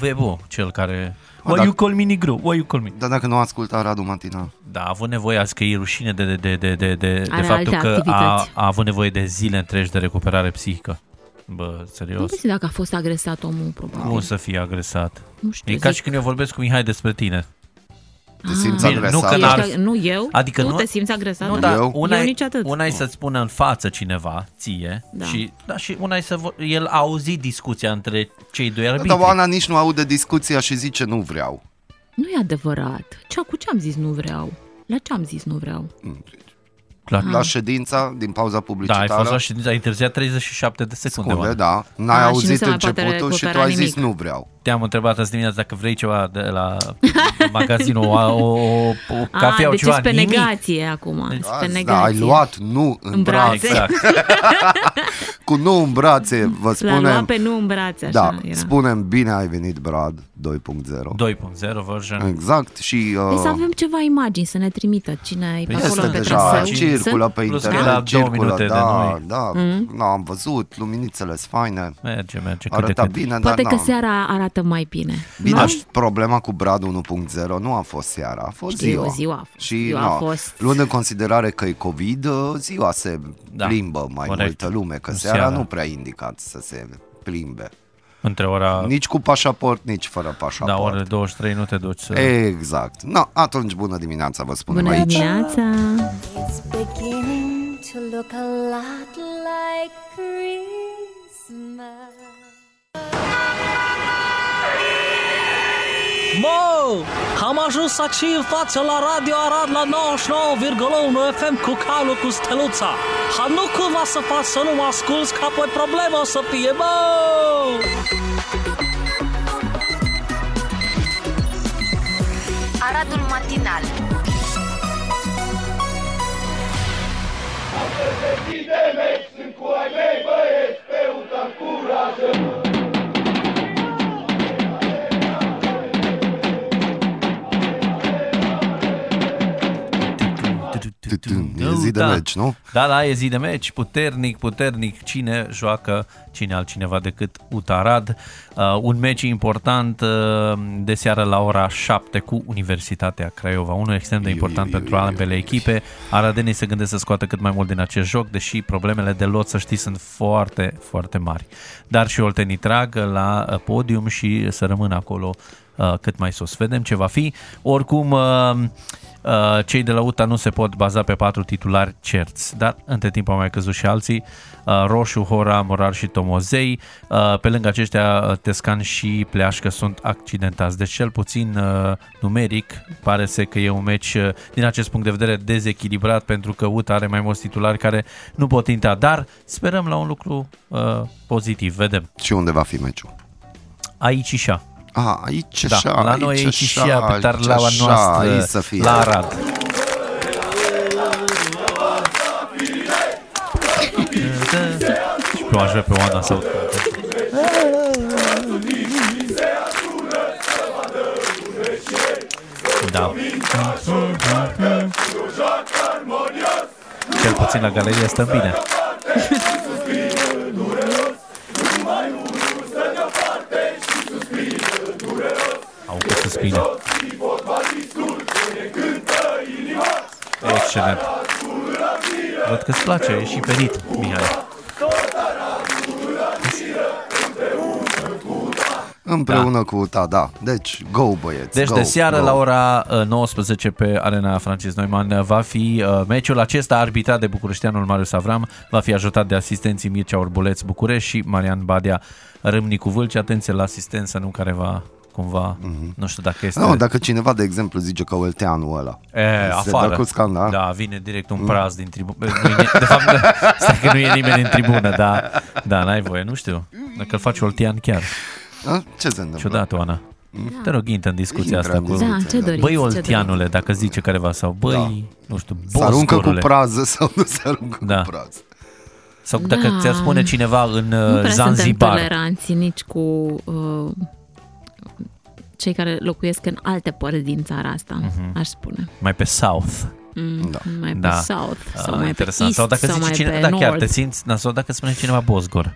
Vebo, cel care... Why
dar-
you call me negru? Why you call me?
Dar dacă nu asculta Radu Matinal,
Da, a avut nevoie, azi că e rușine de, de, de, de, de, de, de
Are
faptul
alte
că a,
activități.
a avut nevoie de zile întregi de recuperare psihică. Bă,
Nu
serios.
știu dacă a fost agresat omul, probabil.
Cum să fie agresat?
Nu știu,
E ca
zic.
și când eu vorbesc cu Mihai despre tine.
te simți
Ah. Bine, nu
agresat.
că n-ar-
Ești- Nu eu?
Adică
tu
nu-
te simți agresat?
Nu, dar
Eu?
una,
Da, Eu
e-
nici atât.
una e să-ți spună în față cineva, ție,
Da.
și, da, și una e să vor, el a auzit discuția între cei doi arbitri.
Dar Da, Oana nici nu aude discuția și zice nu vreau.
Nu e adevărat. Ce, cu ce am zis nu vreau? La ce am zis nu vreau?
Clar.
La ședința, din pauza
Ah. Da, ai
publicitară,
fost la ședință, ai întârziat 37 de secunde.
scunde,
Oana.
da,
Ah,
n-ai
și nu
auzit
se mai poate
începutul și tu
recupera
ai zis
nimic.
nu vreau.
Te-am întrebat azi dimineața dacă vrei ceva de la magazinul, o, o, o, o cafea,
A,
o
deci
ceva,
ești pe
nimic.
negație acum. Ești pe
Azi,
negație.
da, ai luat nu în,
În brațe.
brațe.
Exact.
Cu nu în brațe, vă
L-a luat
spunem.
pe nu în brațe, așa
Da,
era.
spunem bine ai venit Brad 2.0.
2.0 version.
Exact, și
Păi să
uh,
avem ceva imagini, să ne trimită cine e pe
Păi
acolo
este
pe
deja,
traseu.
traseu.
circulă pe
Plus că
internet,
e la două
circulă,
minute de
da,
noi.
da, mm am văzut, luminițele sunt faine,
Merge, merge, cât de
arăta
cât.
bine,
Poate
dar
că
na.
seara arată mai bine. Da?
Bine,
nu?
aș- problema cu Brad 1.0 nu a fost seara, a fost
Știu,
ziua.
ziua a fost.
Și
Ziua a
na,
fost.
luând în considerare că e COVID, uh, ziua se
Da,
plimbă mai
corect.
multă lume, că
Nu
seara,
seara.
nu prea e indicat să se plimbe.
Între ora...
Nici cu pașaport, nici fără
da,
pașaport.
ora 23 nu te duci să...
Exact. No, atunci bună dimineața, vă spunem
Bună
aici.
dimineața!
It's beginning to look a lot like Christmas.
Mă, am ajuns aici în față la Radio Arad la 99,1 FM cu calul cu steluța. Ha, nu cumva să faci să nu mă asculți, că apoi problema o să fie, mă!
Aradul matinal
Tutum, E zi de legi, nu?
Da, da, e zi de meci, puternic, puternic. Cine joacă, cine altcineva decât Utarad. Uh, un meci important uh, de seară la ora 7 cu Universitatea Craiova. Unul extrem de
Iu,
important
iu,
pentru
iu,
ambele
iu, iu.
echipe. Aradenii se gândesc să scoată cât mai mult din acest joc, deși problemele de lot, să știți, sunt foarte, foarte mari. Dar și oltenii trag la uh, podium și să rămână acolo uh, cât mai sus. Vedem ce va fi. Oricum, uh, uh, cei de la UTA nu se pot baza pe patru titulari cerți, dar între timp au mai căzut și alții, uh, Roșu, Hora, Morar și Tomozei. Uh, Pe lângă aceștia, uh, Tescan și Pleașcă sunt accidentați, deci cel puțin uh, numeric pare să că e un meci uh, din acest punct de vedere dezechilibrat pentru că UTA are mai mulți titulari care nu pot intra, dar sperăm la un lucru uh, pozitiv, vedem.
Și unde va fi meciul?
Aici și așa.
A, aici
Da,
așa,
la noi aici și
așa,
pe tarlaua
aici așa,
noastră,
aici să fie.
la Arad. Și pe o aș vrea pe Oana să aud cântă. Da. Cel puțin la galerie stăm bine. Au cât suspine. Excelent. Văd că îți place, e și pe ritm, Mihai.
Împreună cu UTA, da. Deci, go băieți,
Deci
go,
de seară
go.
la ora uh, 19 pe Arena Francis Neumann uh, va fi uh, meciul acesta arbitrat de bucureșteanul Marius Avram, va fi ajutat de asistenții Mircea Orbuleț București și Marian Badea Râmnicu Vâlci. Atenție la asistență, nu careva cumva, nu știu dacă este...
Mhm. Nu, no, dacă cineva, de exemplu, zice că Olteanul ăla
E,
se
afară.
dă cu scandal. Mm.
Da, vine direct un praz din tribună. De fapt, da, stai că nu e nimeni în tribună, dar da, n-ai voie, nu știu. Dacă îl faci Oltian chiar,
Da? Ce se întâmplă?
ciudat, Oana. Te rog, intră în discuția
Intră
asta
în
cu...
discuție,
Da, ce doriți?
Băi,
ce
Oltianule, dacă zice careva sau băi, nu știu,
Se Da. aruncă cu
bostorule.
prază sau nu se aruncă
Da.
cu prază.
Sau dacă
Da.
ți-ar spune cineva în
Nu
uh,
prea suntem
Zanzibar.
toleranți nici cu uh, cei care locuiesc în alte părți din țara asta, aș spune.
Mai pe South.
Mm,
Da.
Mai pe
Mhm. Da.
South sau
Ah,
mai pe
interesant.
East
sau dacă
sau
zice
mai
cineva,
pe
da, chiar
North.
te simți, na, sau dacă spune cineva Bosgor.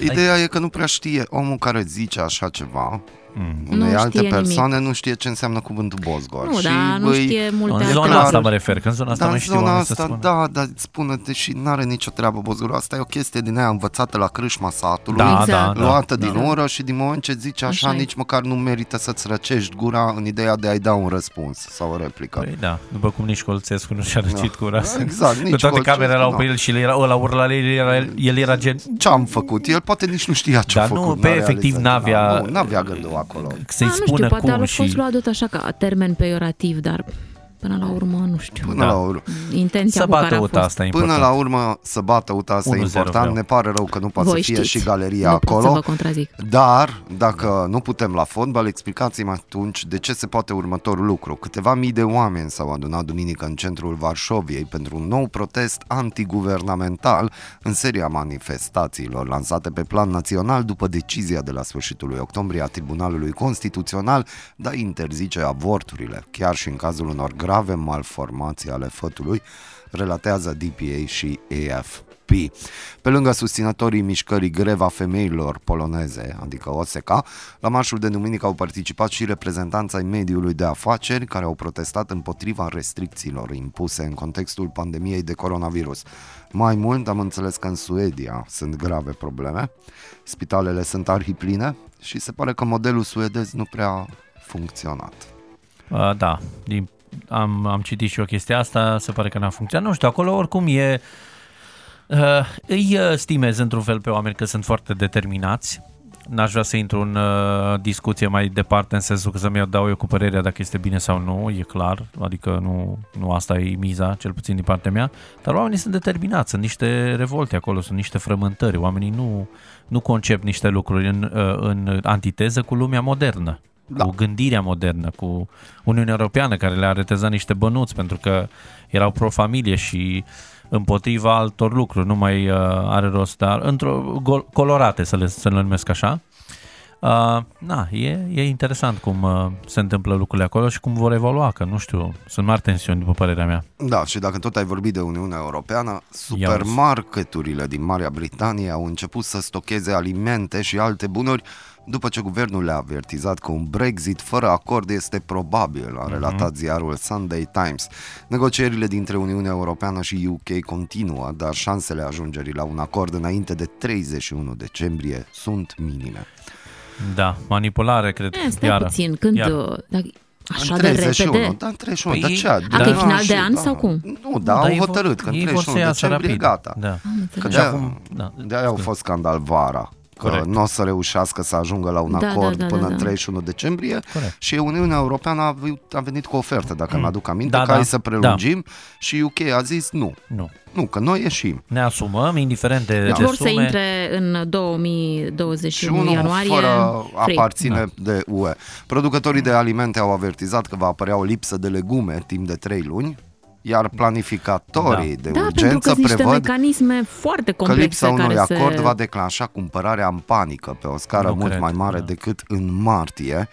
Ideea e că nu prea știe omul care zice așa ceva.
Mm.
Unei
Nu
alte
știe
persoane nu știe ce înseamnă cuvântul Bosgor.
Nu,
și
dar nu
îi-
știe
În
multe
zona
clar.
alte
asta mă refer, că în zona asta
Dar
mai
în
știu oamenii
zona
să
asta,
spună.
da, dar spune-te și n-are nicio treabă Bozgor. Asta e o chestie din aia învățată la crâșma satului.
Da,
Exact.
da, da,
luată
da.
din oră și din moment ce zici așa,
Așa e.
nici măcar nu merită să-ți răcești gura în ideea de a-i da un răspuns sau o replică.
Păi da, după cum nici Colțescu nu și-a răcit cu rasa.
Exact,
Cu
nici
toate
Colțescu,
camerele erau
nu.
pe el și el era, ăla urla, el era, el era gen...
Ce-am făcut? El poate nici nu știa ce-a
Dar nu,
făcut.
pe
n-a
efectiv
realizat.
n-avea-
Da, Nu, n-avea gândul acolo.
Să-i
Da, nu știu,
spună
poate
cum
a fost
și...
luat tot așa ca termen peiorativ, dar până la urmă, nu știu,
Până
Da.
la urmă.
intenția
Să
cu care
bată
a
uta
fost.
asta e
Până
important.
la urmă să bată uta asta e
1-0
important.
vreau.
Ne pare rău că nu poate să
Voi
fie
știți.
și galeria
Nu pot
acolo.
să vă contrazic.
Dar, dacă nu putem la fotbal, explicați-mi atunci de ce se poate următorul lucru. Câteva mii de oameni s-au adunat duminică în centrul Varșoviei pentru un nou protest antiguvernamental în seria manifestațiilor lansate pe plan național după decizia de la sfârșitul lui octombrie a Tribunalului Constituțional de a interzice avorturile, chiar și în cazul unor grave malformații ale fătului, relatează DPA și AF. copii. Pe lângă susținătorii mișcării Greva Femeilor Poloneze, adică OSECA, la marșul de duminică au participat și reprezentanța ai mediului de afaceri care au protestat împotriva restricțiilor impuse în contextul pandemiei de coronavirus. Mai mult am înțeles că în Suedia sunt grave probleme, spitalele sunt arhipline și se pare că modelul suedez nu prea a funcționat.
Uh, da, din, am, am citit și eu chestia asta, se pare că n-a funcționat. Nu știu, acolo oricum e... Uh, îi stimez într-un fel pe oameni că sunt foarte determinați. N-aș vrea să intru în uh, discuție mai departe în sensul că să-mi dau eu cu părerea dacă este bine sau nu, e clar, adică nu, nu asta e miza, cel puțin din partea mea, dar oamenii sunt determinați, sunt niște revolte acolo, sunt niște frământări, oamenii nu, nu concep niște lucruri în, uh, în antiteză cu lumea modernă da. cu gândirea modernă, cu Uniunea Europeană care le-a retezat niște bănuți pentru că erau pro-familie și împotriva altor lucruri, nu mai uh, are rost, dar într-o gol, colorate să le, să le numesc așa. Uh, na, e, e interesant cum uh, se întâmplă lucrurile acolo și cum vor evolua, că nu știu, sunt mari tensiuni după părerea mea.
Da, și dacă tot ai vorbit de Uniunea Europeană, supermarketurile din Marea Britanie au început să stocheze alimente și alte bunuri după ce guvernul le-a avertizat că un Brexit fără acord este probabil, a relatat ziarul Sunday Times. Negocierile dintre Uniunea Europeană și UK continuă, dar șansele ajungerii la un acord înainte de 31 decembrie sunt minime.
Da, manipulare, cred.
E, Eh, stai iară. puțin, când...
Da,
Iară. Dacă, Așa
în
de repede?
Da, în 31, păi, de ce?
A, da, că e final de an
da.
sau cum?
Nu, da, da au hotărât că în 31 decembrie e gata.
Da.
Că de-aia, acum, da. de-aia au fost scandal vara că nu o să reușească să ajungă la un da, acord da, da, până da, da. în 31 decembrie Corect. și Uniunea Europeană a, a venit cu o ofertă, dacă mm. aduc aminte, da, ca da, să prelungim da. și UK a zis nu.
Nu.
Nu, că noi ieșim.
Ne asumăm, indiferent de da.
ce Vor sume. să intre în 2021 ianuarie.
fără free. aparține da. de UE. Producătorii de alimente au avertizat că va apărea o lipsă de legume timp de 3 luni, iar planificatorii da. de
da,
urgență
pentru că
prevăd
mecanisme foarte complexe
că lipsa
unui
care acord
se...
va declanșa cumpărarea în panică pe o scară nu mult cred, mai mare da. decât în martie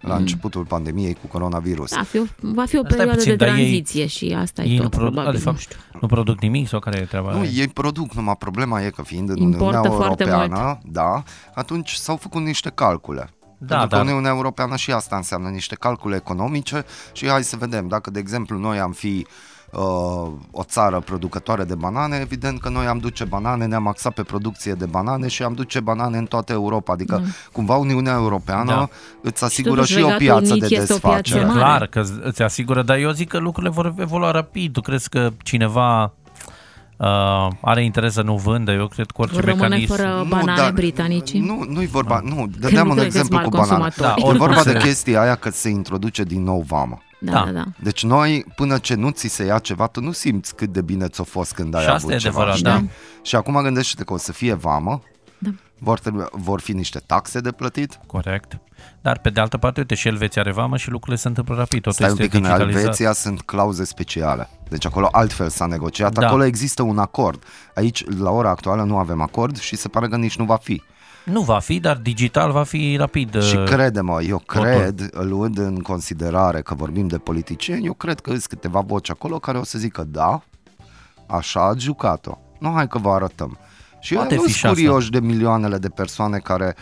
la mm. începutul pandemiei cu coronavirus.
Da, fi o, va fi o asta perioadă puțin, de tranziție ei, și asta e tot,
produ-
probabil.
De fapt, nu, știu. nu produc nimic sau care e treaba?
Nu, ei produc, numai problema e că fiind în Importă Uniunea Europeană, da, atunci s-au făcut niște calcule. Da, Pentru că dar... Uniunea Europeană și asta înseamnă niște calcule economice și hai să vedem, dacă de exemplu noi am fi uh, o țară producătoare de banane, evident că noi am duce banane, ne-am axat pe producție de banane și am duce banane în toată Europa. Adică, da. cumva, Uniunea Europeană da. îți asigură și, și o piață de desfacere.
Clar că îți asigură, dar eu zic că lucrurile vor evolua rapid. Tu crezi că cineva uh, are interes să nu vândă, eu cred că orice
Vor rămâne
mecanism.
fără banane
dar,
britanici?
Nu, nu-i vorba, da. nu, dădeam un exemplu cu banane.
Da,
e vorba de chestia aia că se introduce din nou vama.
Da, da, da, da.
Deci noi, până ce nu ți se ia ceva, tu nu simți cât de bine ți-o fost când ai
și
avut
asta
ceva.
Adevărat, da. da.
Și acum gândește-te că o să fie vamă, da. vor, trebui, vor fi niște taxe de plătit.
Corect. Dar pe de altă parte, uite, și Elveția are vamă și lucrurile se întâmplă rapid. Totul
Stai
este
un pic, în
digitalizat.
Elveția sunt clauze speciale. Deci acolo altfel s-a negociat, da. acolo există un acord. Aici, la ora actuală, nu avem acord și se pare că nici nu va fi.
Nu va fi, dar digital va fi rapid. uh,
Și crede-mă, eu cred, totul. luând în considerare că vorbim de politicieni, eu cred că sunt câteva voci acolo care o să zică da, așa a jucat-o. Nu, hai că vă arătăm. Și
Poate
eu nu
fi și
sunt curioși de milioanele de persoane care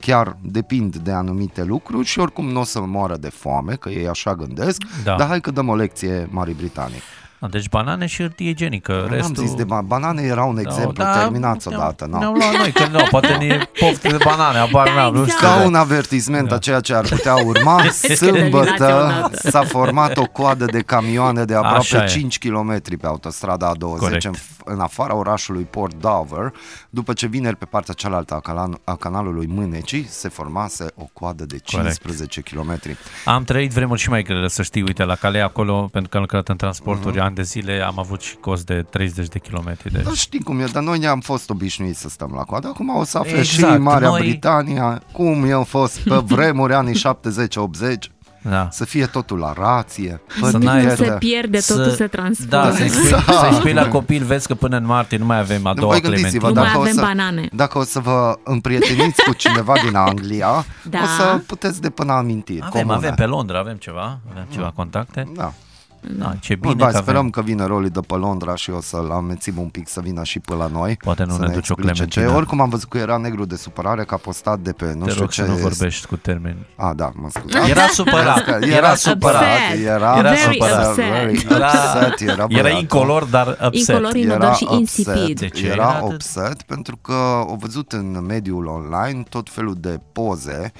chiar depind de anumite lucruri și oricum nu o să moară de foame, că ei așa gândesc,
Da.
da. dar hai că dăm o lecție Marii Britanii.
Da, Deci banane și hârtie igienică.
Nu am
Restul... Da,
zis de ba- banane, era un exemplu, da, terminați
ne-am-
odată. n-am.
Ne-am luat noi, că nu, poate ne poftă de banane, abar
Da,
n-am, nu știu.
exact.
Ca un avertisment a ceea ce ar putea urma, sâmbătă
Terminați-o
s-a format o coadă de camioane de
Așa
aproape
e.
5 km pe autostrada A20
Corect.
în, în afara orașului Port Dover, după ce vineri pe partea cealaltă a, calan- a canalului Mânecii se formase o coadă de 15 km.
Am trăit vremuri și mai grele, să știi, uite, la Calea acolo, pentru că am lucrat în transporturi ani de zile, am avut și cost de 30 de kilometri. Deci.
Dar știi cum e, dar noi ne-am fost obișnuiți să stăm la coadă. Acum o să afle
Exact,
și Marea
noi-
Britania cum i-au fost pe vremuri anii 70-80.
Da.
Să fie totul la rație, fără
Să n-ai-
Totul
pierdere.
se pierde, totul se transformă.
Da, să-i spui,
Exact.
să-i spui la copil, vezi că până în martie nu mai avem a
Nu
doua
voi gândiți-vă,
clementină.
Nu mai
dacă o,
avem
să,
banane.
dacă o să vă împrieteniți cu cineva din Anglia,
Da.
o să puteți depăna amintiri
Avem,
comune.
avem pe Londra, avem ceva, avem ceva contacte.
Da.
Da, ce bine
Bine Mm. da,
că avem.
sperăm că vine Roli de pe Londra și o să-l amețim un pic să vină și pe la noi.
Poate nu
să
ne duce o
explice
clementină.
Ce. Oricum am văzut că era negru de supărare că a postat de pe nu
Te
știu
rog
ce...
să nu vorbești cu termeni.
A, da, mă scuzați.
Era supărat.
Era,
Era
supărat.
Upset.
Era,
Very
supărat.
upset.
Very upset. Era,
Era
băiatul.
incolor, dar upset.
Incolor, inodor și insipid.
De ce era
Era
atât?
upset pentru că au văzut în mediul online tot felul de poze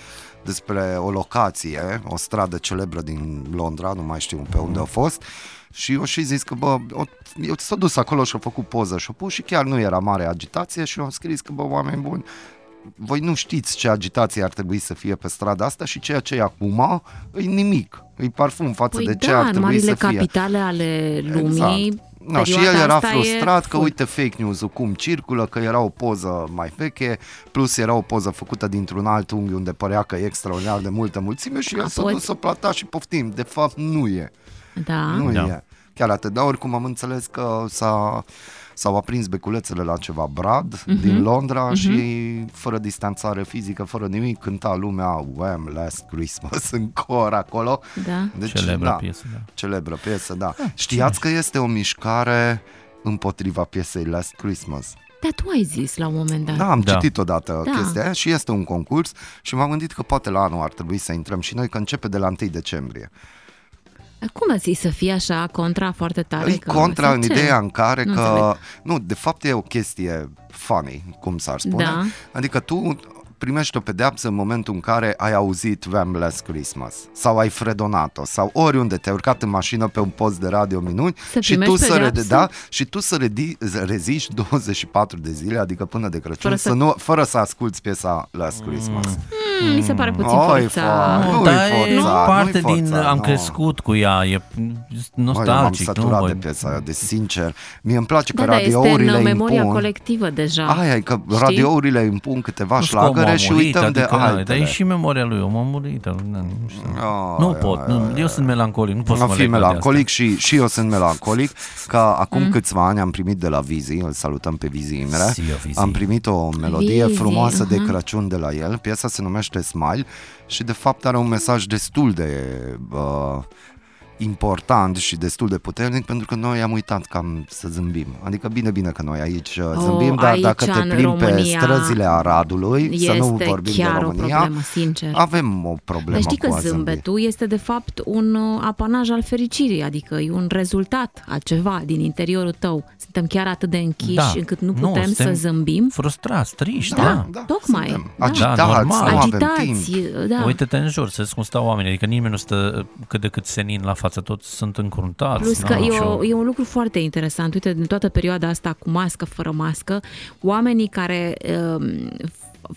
despre o locație, o stradă celebră din Londra, nu mai știu pe
Mm.
unde a fost, și eu și zis că, bă, o- eu s-a dus acolo și a făcut poză și a pus și chiar nu era mare agitație și eu am scris că, bă, oameni buni, voi nu știți ce agitație ar trebui să fie pe strada asta și ceea ce e acum e nimic, e parfum față
Păi
de ce
da,
ar
în
trebui
marile
să fie.
capitale ale lumii,
No, și el
perioada
era
asta e
frustrat că
full.
uite fake news-ul cum circulă, că era o poză mai veche, plus era o poză făcută dintr-un alt unghi unde părea că e extraordinar de multă mulțime și el s-a
Apoi-
dus să plata și poftim. De fapt nu e.
Da.
Nu
Da.
e. Chiar atât, dar oricum am înțeles că s-a, s-au aprins beculețele la ceva brad
Mhm.
din Londra și fără distanțare fizică, fără nimic, cânta lumea Wham! Last Christmas în cor acolo.
Da.
Deci,
Celebră
da,
piesă, da.
Celebră piesă, da. Știați că este o mișcare împotriva piesei Last Christmas.
Dar tu ai zis la un moment dat.
Da, am
Da.
citit odată
Da.
chestia aia și este un concurs și m-am gândit că poate la anul ar trebui să intrăm și noi, că începe de la 1 decembrie.
Cum a zis să fie așa contra foarte tare?
E contra
sau
în
ce?
ideea în care
Nu
că...
înțeleg.
Nu, de fapt e o chestie funny, cum s-ar spune.
Da.
Adică tu primești o pedeapsă în momentul în care ai auzit Wham! Last Christmas sau ai fredonat-o sau oriunde te-ai urcat în mașină pe un post de radio minuni
Să
și tu,
primești
să
pedeapsă?
rede, da, și tu să redi, să reziști 24 de zile, adică până de Crăciun, fără
Fără
să...
să-
nu, fără să asculti piesa Last Christmas.
Mm, Mi se pare puțin
Oi,
forțat.
fa- Nu-i
dar
forțat,
e
nu-i
parte din...
forțat,
am
nu.
crescut cu ea, e
Mă, eu m-am
nostalgic. nu,
saturat
bă?
de piesa aia, de sincer. Mie îmi place
Da,
că
da, este
radiourile
în memoria
impun...
colectivă deja.
Aia e că
Știi?
radiourile impun câteva
Nu știu cum
șlagăre
a
și
murit,
uităm de
adică, na, Dar e
altele. Ah,
și memoria lui, om a murit. al- na, Nu, știu.
Ai,
nu
ai,
pot,
ai,
nu, eu sunt melancolic, nu pot să
Am
mă
fi
leg de asta.
melancolic și, și eu sunt melancolic că
Mm.
acum câțiva ani am primit de la Vizi, îl salutăm pe Vizi Imre,
Zi, eu, Vizi.
am primit o melodie
Vizi,
frumoasă de
aha.
Crăciun de la el, piesa se numește Smile și de fapt are un mesaj destul de uh, important și destul de puternic pentru că noi am uitat cam să zâmbim. Adică bine, bine că noi aici uh,
Oh,
zâmbim, dar
aici,
dacă te
în
plimbi pe
România,
străzile Aradului, să
Este
nu vorbim
chiar
de
o
România,
problemă, sincer.
avem o problemă
Dar știi
cu
că
a zâmbi.
zâmbetul este de fapt un uh, apanaj al fericirii, adică e un rezultat a ceva din interiorul tău. Suntem chiar atât de închiși
Da.
încât nu
Nu,
putem
suntem-
să zâmbim.
Frustrați, triști, da.
Da, tocmai,
suntem
da.
Agitați,
Da,
nu
normal.
avem timp.
Agitați, da.
Uite-te în jur, să vezi cum stau oamenii, adică nimeni nu stă cât de cât senin la față, toți sunt încruntați.
Plus că
na,
e,
și
o, e un lucru foarte interesant. Uite, în toată perioada asta cu mască, fără mască, oamenii care um,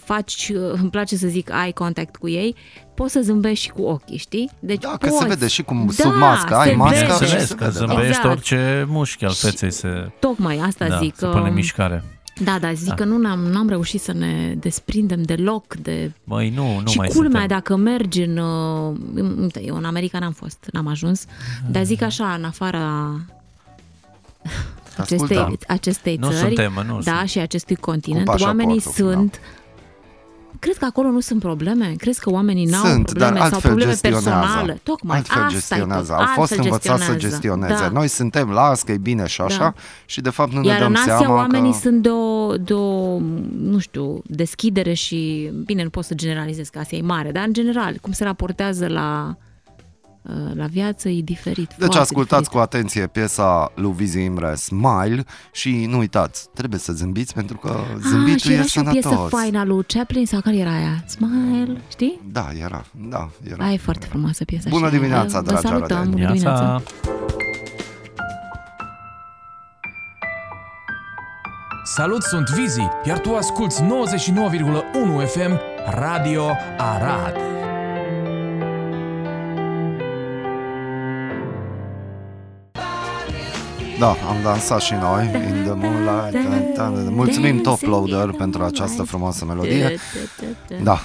faci, uh, îmi place să zic, ai contact cu ei, poți să zâmbești și cu ochii, știi? Deci
Da, că
poți.
se vede și cum
da,
sub mască ai
se
masca
vede.
și
Bineînțeles
se
că
vede, da.
zâmbești
Exact.
orice mușchi al feței se,
Tocmai asta
da,
zic.
se pune
um,
în mișcare.
Da, da, zic da. că nu n-am, n-am reușit să ne desprindem deloc de...
Băi, nu, nu
și
mai
culmea,
suntem.
dacă mergi în... uh, în- Eu în America n-am fost, n-am ajuns, dar zic așa, în afara acestei,
Ascultam.
acestei
Nu
țări
suntem, mă, nu
da,
sunt.
și acestui continent,
pașaportul,
oamenii
da.
sunt... Crezi că acolo nu sunt probleme? Crezi că oamenii n-au
Sunt,
probleme
dar
sau
altfel
probleme
gestionează.
personale? Tocmai
altfel
asta
gestionează.
E tot,
Au fost
altfel
învățați să
gestionează.
gestioneze.
Da.
Noi suntem, las că e bine și așa,
Da.
și de fapt nu ne
Iar
dăm
în Asia
seama
oamenii
că...
sunt de o, de o, nu știu, deschidere și, bine, nu pot să generalizez că Asia e mare, dar în general, cum se raportează la, uh, la viață e diferit.
Deci
foarte
ascultați cu
diferit.
atenție piesa lui Vizi Imre, Smile, și nu uitați, trebuie să zâmbiți pentru că
ah, și
zâmbitul
era
e
și o piesă
sănătos.
faină a lui Chaplin sau care era aia? Smile, știi?
Da, era, da, era.
Aia e foarte frumoasă piesa.
Bună
și aia.
dimineața,
Vă
dragi
salutăm,
arăteni.
bună dimineața.
Salut, sunt Vizi, iar tu asculti 99,1 FM Radio Arad.
Da, am dansat și noi In the Moonlight da, da, da. Mulțumim Top Loader pentru această frumoasă melodie Da,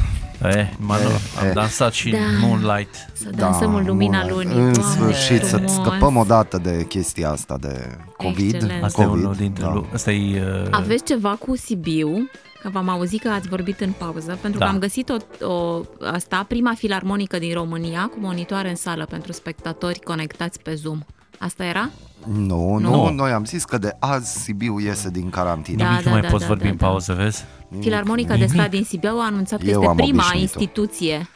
Eh, Manu, am
eh.
dansat și în
Da.
Moonlight.
Să dansăm în lumina
mă,
lunii.
Da, În
Doamne,
sfârșit să
frumos.
scăpăm odată de chestia asta de COVID.
Excelent.
Asta
COVID
e unul dintre
da.
da. Asta e... uh,
Aveți ceva cu Sibiu? Că v-am auzit că ați vorbit în pauză, pentru
Da.
că am găsit o, o, asta, prima filarmonică din România, cu monitoare în sală pentru spectatori conectați pe Zoom. Asta era?
Nu, nu, nu, noi am zis că de azi Sibiu iese din carantină.
Da, Nimic nu da, mai da, poți da, vorbi da, în da.
pauză, vezi?
Filarmonica de stat din Sibiu a anunțat că
Eu
este
am
prima
obișnuit-o.
instituție.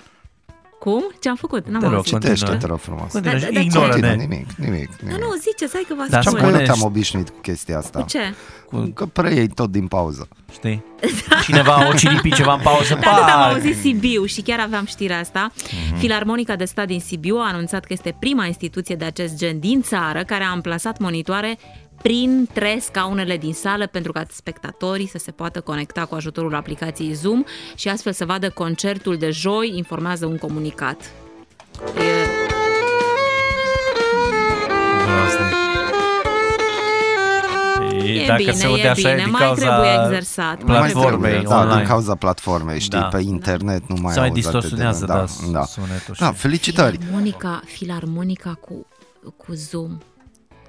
Cum? Ce am făcut? N-am
Te rog,
auzit.
Citește,
Continuă.
te rog frumos.
Da, da, da, ce?
Continuă,
Ignoră-ne.
nimic, nimic,
Nu,
nimic.
nu, ziceți, hai că vă
Dar
Cea
ascult.
că eu
spune-
te-am obișnuit cu chestia asta.
Cu ce?
Cu-
Că preiei tot din pauză.
Știi? Cineva o ciripi ceva în pauză.
Da, da, da, am
pac!
auzit Sibiu și chiar aveam știrea asta. Filarmonica de stat din Sibiu a anunțat că este prima instituție de acest gen din țară care a amplasat monitoare printre scaunele din sală pentru ca spectatorii să se poată conecta cu ajutorul aplicației Zoom și astfel să vadă concertul de joi, informează un comunicat. E,
Ei,
E
Păi, Dacă
bine,
se aude
e
așa, e
bine,
din
mai
cauza
trebuie exersat, mai
Platformei
trebuie, da, din
online.
cauza platformei, știi,
Da.
pe internet nu mai
Se
auzi
mai
atât de-
distorsionează, da,
da,
sunetul și-
da, felicitări.
Filarmonica, filarmonica cu, cu Zoom.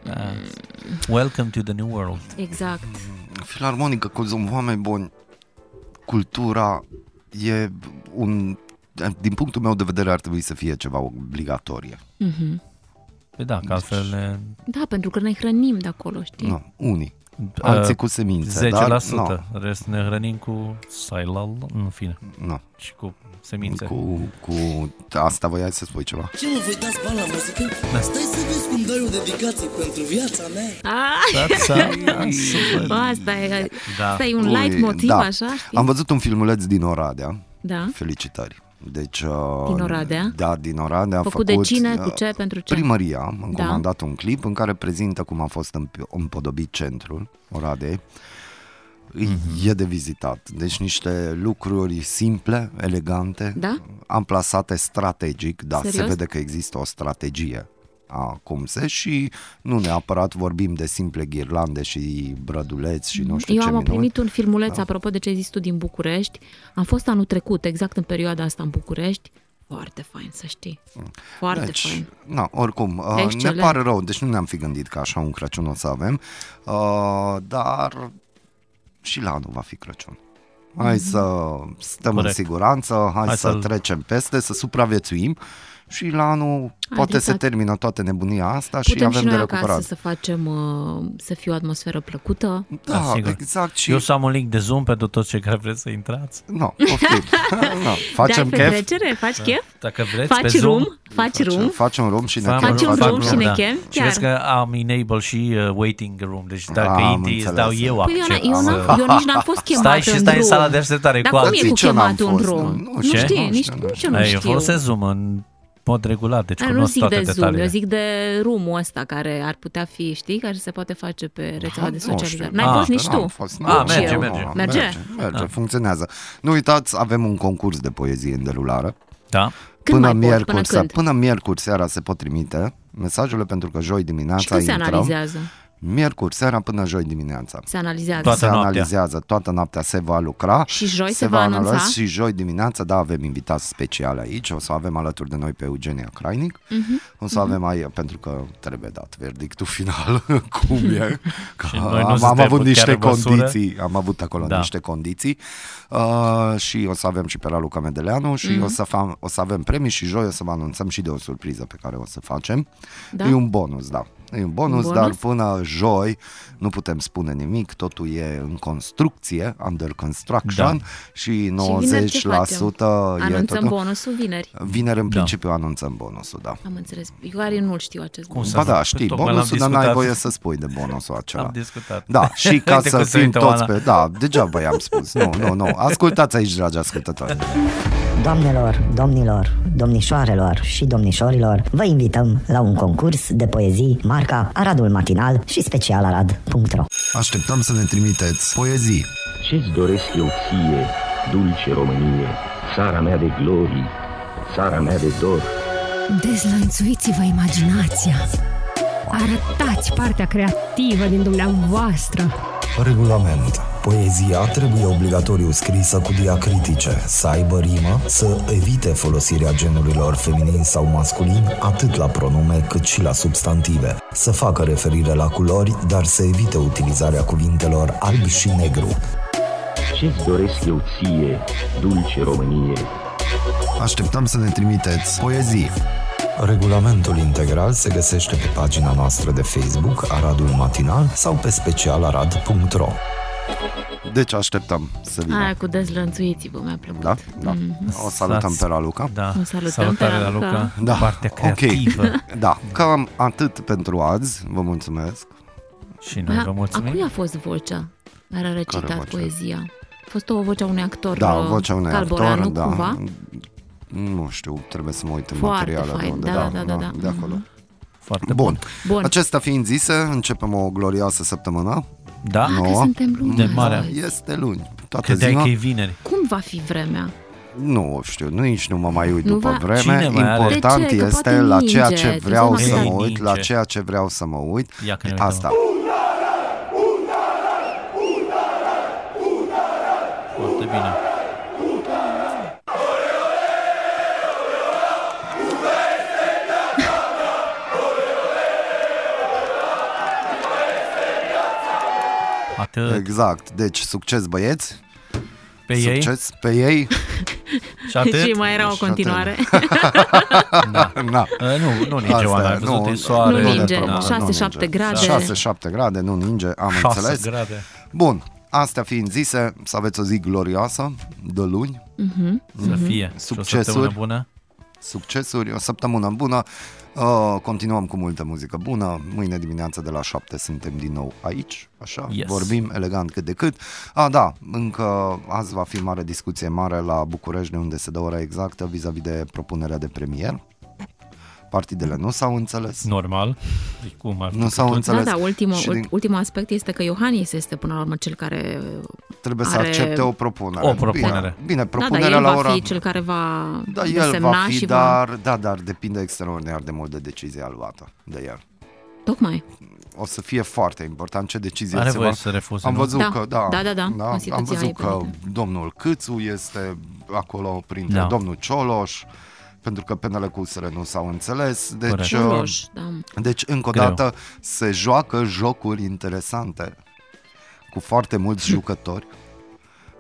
Da. Welcome to the new world.
Exact.
Filarmonică cu zoom, oameni buni, cultura e un... Din punctul meu de vedere ar trebui să fie ceva obligatorie.
Mhm.
Păi da, că altfel... ne-
Da, pentru că ne hrănim de acolo, știi?
Nu, unii. Alții
uh,
cu semințe,
10%,
dar...
no, rest ne hrănim cu sailal, în fine,
Nu, nu.
și cu semințe.
Cu, cu... Asta voiai să spui ceva?
Ce nu voi dați bani la muzică? Stai să vezi cum dai o dedicație pentru viața mea.
Ah,
Super.
bă, asta e,
Da.
da. asta e un light motiv,
da.
așa, știi?
Am văzut un filmuleț din Oradea.
Da.
Felicitări. Deci, uh,
Din Oradea?
Da, din Oradea. a
Făcut de
făcut
cine, cu
uh,
ce, pentru ce?
Primăria am
Da.
comandat un clip în care prezintă cum a fost împ- împodobit centrul Oradei.
Mhm.
E de vizitat. Deci niște lucruri simple, elegante,
Da?
amplasate strategic, da, se
Serios?
vede că există o strategie a cum se și nu neapărat vorbim de simple ghirlande și brăduleți și nu știu
Mhm. Eu
ce Da. minuni.
am primit un filmuleț, apropo de ce ai zis tu din București. Am fost anul trecut, exact în perioada asta în București. Foarte fain, să știi.
Mm.
Foarte deci... fain.
Na, oricum, uh, ne
Excelent.
pare rău, deci nu ne-am fi gândit că așa un Crăciun o să avem, uh, dar și la anul va fi Crăciun.
Mhm.
Hai să stăm
Corect.
în siguranță, hai,
Hai
hai să
să-l-
trecem peste, să supraviețuim și la anul
Ai
poate se
dreptate.
termină toată nebunia asta și
Putem
avem
și noi
de
acasă
recuperat.
să facem, uh, să fie o atmosferă plăcută.
Da,
sigur.
exact. Și
Eu să am un link de Zoom pentru toți cei care vreți să intrați.
No, poftim. no, facem
Dai
chef,
petrecere, faci chef?
Dacă vreți, pe
Faci
Zoom.
room? Faci room?
faci un rom și ne
Faci
chem.
un
fac da.
room și ne chem,
Și
chiar.
vezi că am enable și uh, waiting room, deci dacă
Am
intri, îți
înțeles.
dau eu
Păi eu,
acces.
n- eu, n- eu nici n-am fost chemată
Stai și
în
stai în
drum.
sala de așteptare
Dar
cu
cum
alții.
e cu
Zice, n-am
chematul în
fost,
drum?
nu, nu
Nu
știu,
știi,
nu
nici
știu, nu
nici eu
știu.
nu
Da, Eu
știu.
folosesc Zoom în mod regulat, deci
Dar nu
cunosc
zic
toate
de Zoom,
detaliile.
eu zic de room ăsta care ar putea fi, știi, care se poate face
Ah,
pe rețeaua de socializare. N-ai fost nici tu.
A,
Ah, merge,
Ah, merge.
Merge?
Merge, merge funcționează. Nu uitați, avem un concurs de poezie în derulare.
Da?
până,
Când mai pot,
miercuri,
până
se-
când?
până miercuri seara se pot trimite mesajele pentru că joi dimineața
Și când se
intrăm.
analizează?
Miercuri seara până joi dimineața.
Se analizează.
Toată
se
noaptea.
analizează, toată noaptea se va lucra.
Și joi se va anunța?
analiza Și joi dimineața, da, avem invitați speciale aici, o să avem alături de noi pe Eugenia Crainic,
Mhm.
uh-huh. o să avem mai, pentru că trebuie dat verdictul final, cum e, că
Și noi
am,
nu
am
suntem
avut
chiar
niște
în măsură.
condiții, am avut acolo
Da.
niște condiții uh, și o să avem și pe Ralu Camedeleanu
Mhm.
și o, să fam, o să avem premii și joi o să vă anunțăm și de o surpriză pe care o să facem.
Da?
E un bonus, da. E un bonus,
bonus?
dar până joi nu putem spune nimic, totul e în construcție, under construction da. și 90%
Și vineri ce facem?
e
Anunțăm
totul.
bonusul vineri.
Vineri în principiu da. anunțăm bonusul, da.
Am înțeles. Eu care nu-l știu acest
Cum
lucru.
să
Ba da,
Păi
știi,
tocmai
bonusul, dar
l-am
n-ai
discutat.
voie să spui de bonusul acela.
Am discutat.
Da, și ca
Uite
să
cum se
fim
uită
toți
Oana.
pe... Da, degeaba i-am spus. Nu, nu, nu. Ascultați aici, dragi ascultători.
Doamnelor, domnilor, domnișoarelor și domnișorilor, vă invităm la un concurs de poezii marca Aradul Matinal și special arad.ro.
Așteptăm să ne trimiteți poezii.
Ce-ți doresc eu ție, dulce Românie, țara mea de glorii, țara mea de dor?
Dezlănțuiți-vă imaginația. Arătați partea creativă din dumneavoastră.
Regulament. Poezia trebuie obligatoriu scrisă cu diacritice, să aibă rimă, să evite folosirea genurilor feminin sau masculin atât la pronume cât și la substantive, să facă referire la culori, dar să evite utilizarea cuvintelor alb și negru.
Ce-ți doresc eu ție, dulce Românie,
Așteptăm să ne trimiteți poezii. Regulamentul integral se găsește pe pagina noastră de Facebook Aradul Matinal sau pe specialarad.ro
Deci așteptăm să vină.
Aia cu dezlănțuiții, vă mi-a plăcut.
Da? da.
Mhm.
O salutăm pe Raluca.
Da.
O salutăm Salutare pe Raluca. Raluca,
Da.
partea creativă.
Ok. Da. Cam atât pentru azi. Vă mulțumesc.
Și
A- A cui a fost vocea care a recitat
Care voce?
poezia? A fost o voce a unui actor
Da,
uh,
vocea unui
Calboranu,
actor, da.
cumva?
Nu știu, trebuie să mă uit în
Foarte
materialele
fain,
unde,
da, da, da, da.
de acolo.
Mhm. Foarte
bun.
Bun.
Acesta fiind zise, începem o glorioasă săptămână.
Da,
că suntem luni De mare. azi.
Este luni. Toată
Credeai
ziua.
că e vineri.
Cum va fi vremea?
Nu știu, nu, nici nu mă mai uit
Nu
după
va-
vreme.
Cine mai are?
Important
De ce? Că
este
poate
la ceea
ninge,
ce
că
vreau
se
să
mai
mă
uită.
uit, la ceea ce vreau să mă uit.
Ia că ne uităm.
Asta.
Foarte bine. Atât.
Exact. Deci, succes băieți.
Pe ei?
Succes pe ei.
Și atât?
Și mai era o
Și
continuare.
da. Na.
Eh, nu, nu ninge,
Asta
Oana,
e,
ai văzut,
nu,
e soare.
Nu
ne
ninge,
probăm,
șase,
nu
șapte
ninge.
grade.
6-7 grade, nu ninge, am
Șase
înțeles.
grade.
Bun, astea fiind zise, să aveți o zi glorioasă de luni.
Mhm.
Să fie. Și o săptămână
Succesuri.
bună.
Succesuri, o săptămână bună. Uh, continuăm cu multă muzică bună. Mâine dimineața de la 7 suntem din nou aici, așa,
Yes.
vorbim elegant cât de cât. A, da, încă azi va fi mare discuție mare la București, de unde se dă ora exactă vis-a-vis de propunerea de premier. Partidele nu s-au înțeles.
Normal. Păi Cum ar fi
Nu s-au
putut?
înțeles.
Da, da, ultimul,
Și din-
ultimul aspect este că Iohannis este până la urmă cel care
Trebuie să
are-
accepte o propunere.
O propunere.
Bine, bine
da,
propunerea
da, el
la
va
ora...
fi cel care va
Da, el
desemna
va fi,
și
dar, da, dar depinde extraordinar de mult de decizia luată de el.
va... Tocmai.
O să fie foarte important ce decizie
Are
se
voie
va...
să refuze,
Am
nu?
văzut
Da,
că, da,
da, da, da, Constituția
am văzut
e
că
permite.
domnul Câțu este acolo printre
Da.
domnul Cioloș, pentru că penele cu USR nu s-au înțeles, deci...
Corect.
Cioloș, da.
Deci, încă o
Greu.
dată, se joacă jocuri interesante cu foarte mulți jucători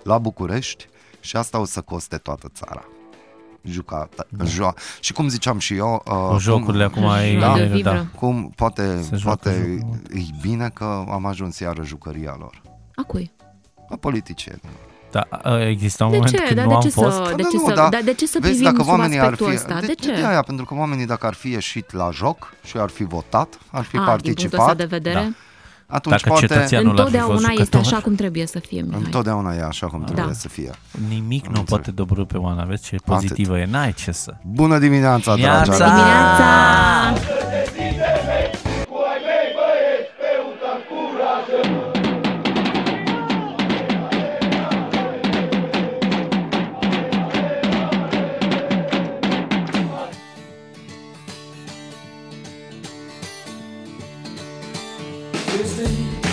la București și asta o să coste toată țara. Juca, da. joa. Și cum ziceam și eu... Uh,
Cu jocurile acum ai...
Da.
ai-
Vivră.
Cum poate,
Se joacă
poate
jocul.
e bine că am ajuns iară jucăria lor.
A cui?
A politicienilor.
Da, exista un
De
moment
ce?
când
Dar
nu
de
am
ce
fost.
să,
Ba
de
da,
ce
nu,
să,
da.
dar de ce să
Vezi,
privim
dacă
sub
oamenii ar
aspectul
fi,
ăsta? De, ce?
De aia, pentru că oamenii dacă ar fi ieșit la joc și ar fi votat, ar fi
A, din punctul ăsta
participat,
de
Da.
vedere,
atunci
Dacă
poate...
cetățean- Țianul ar fi fost
întotdeauna este
jucător.
așa cum trebuie să fie, Mihai.
Întotdeauna e așa
Da.
cum trebuie să fie.
Nimic nu
înțeles.
poate dobori pe Oana, vezi ce pozitivă e, n-ai ce să.
Bună dimineața, dragi
Dimineața!
amici!
Da.
Dimineața!
Tuesday,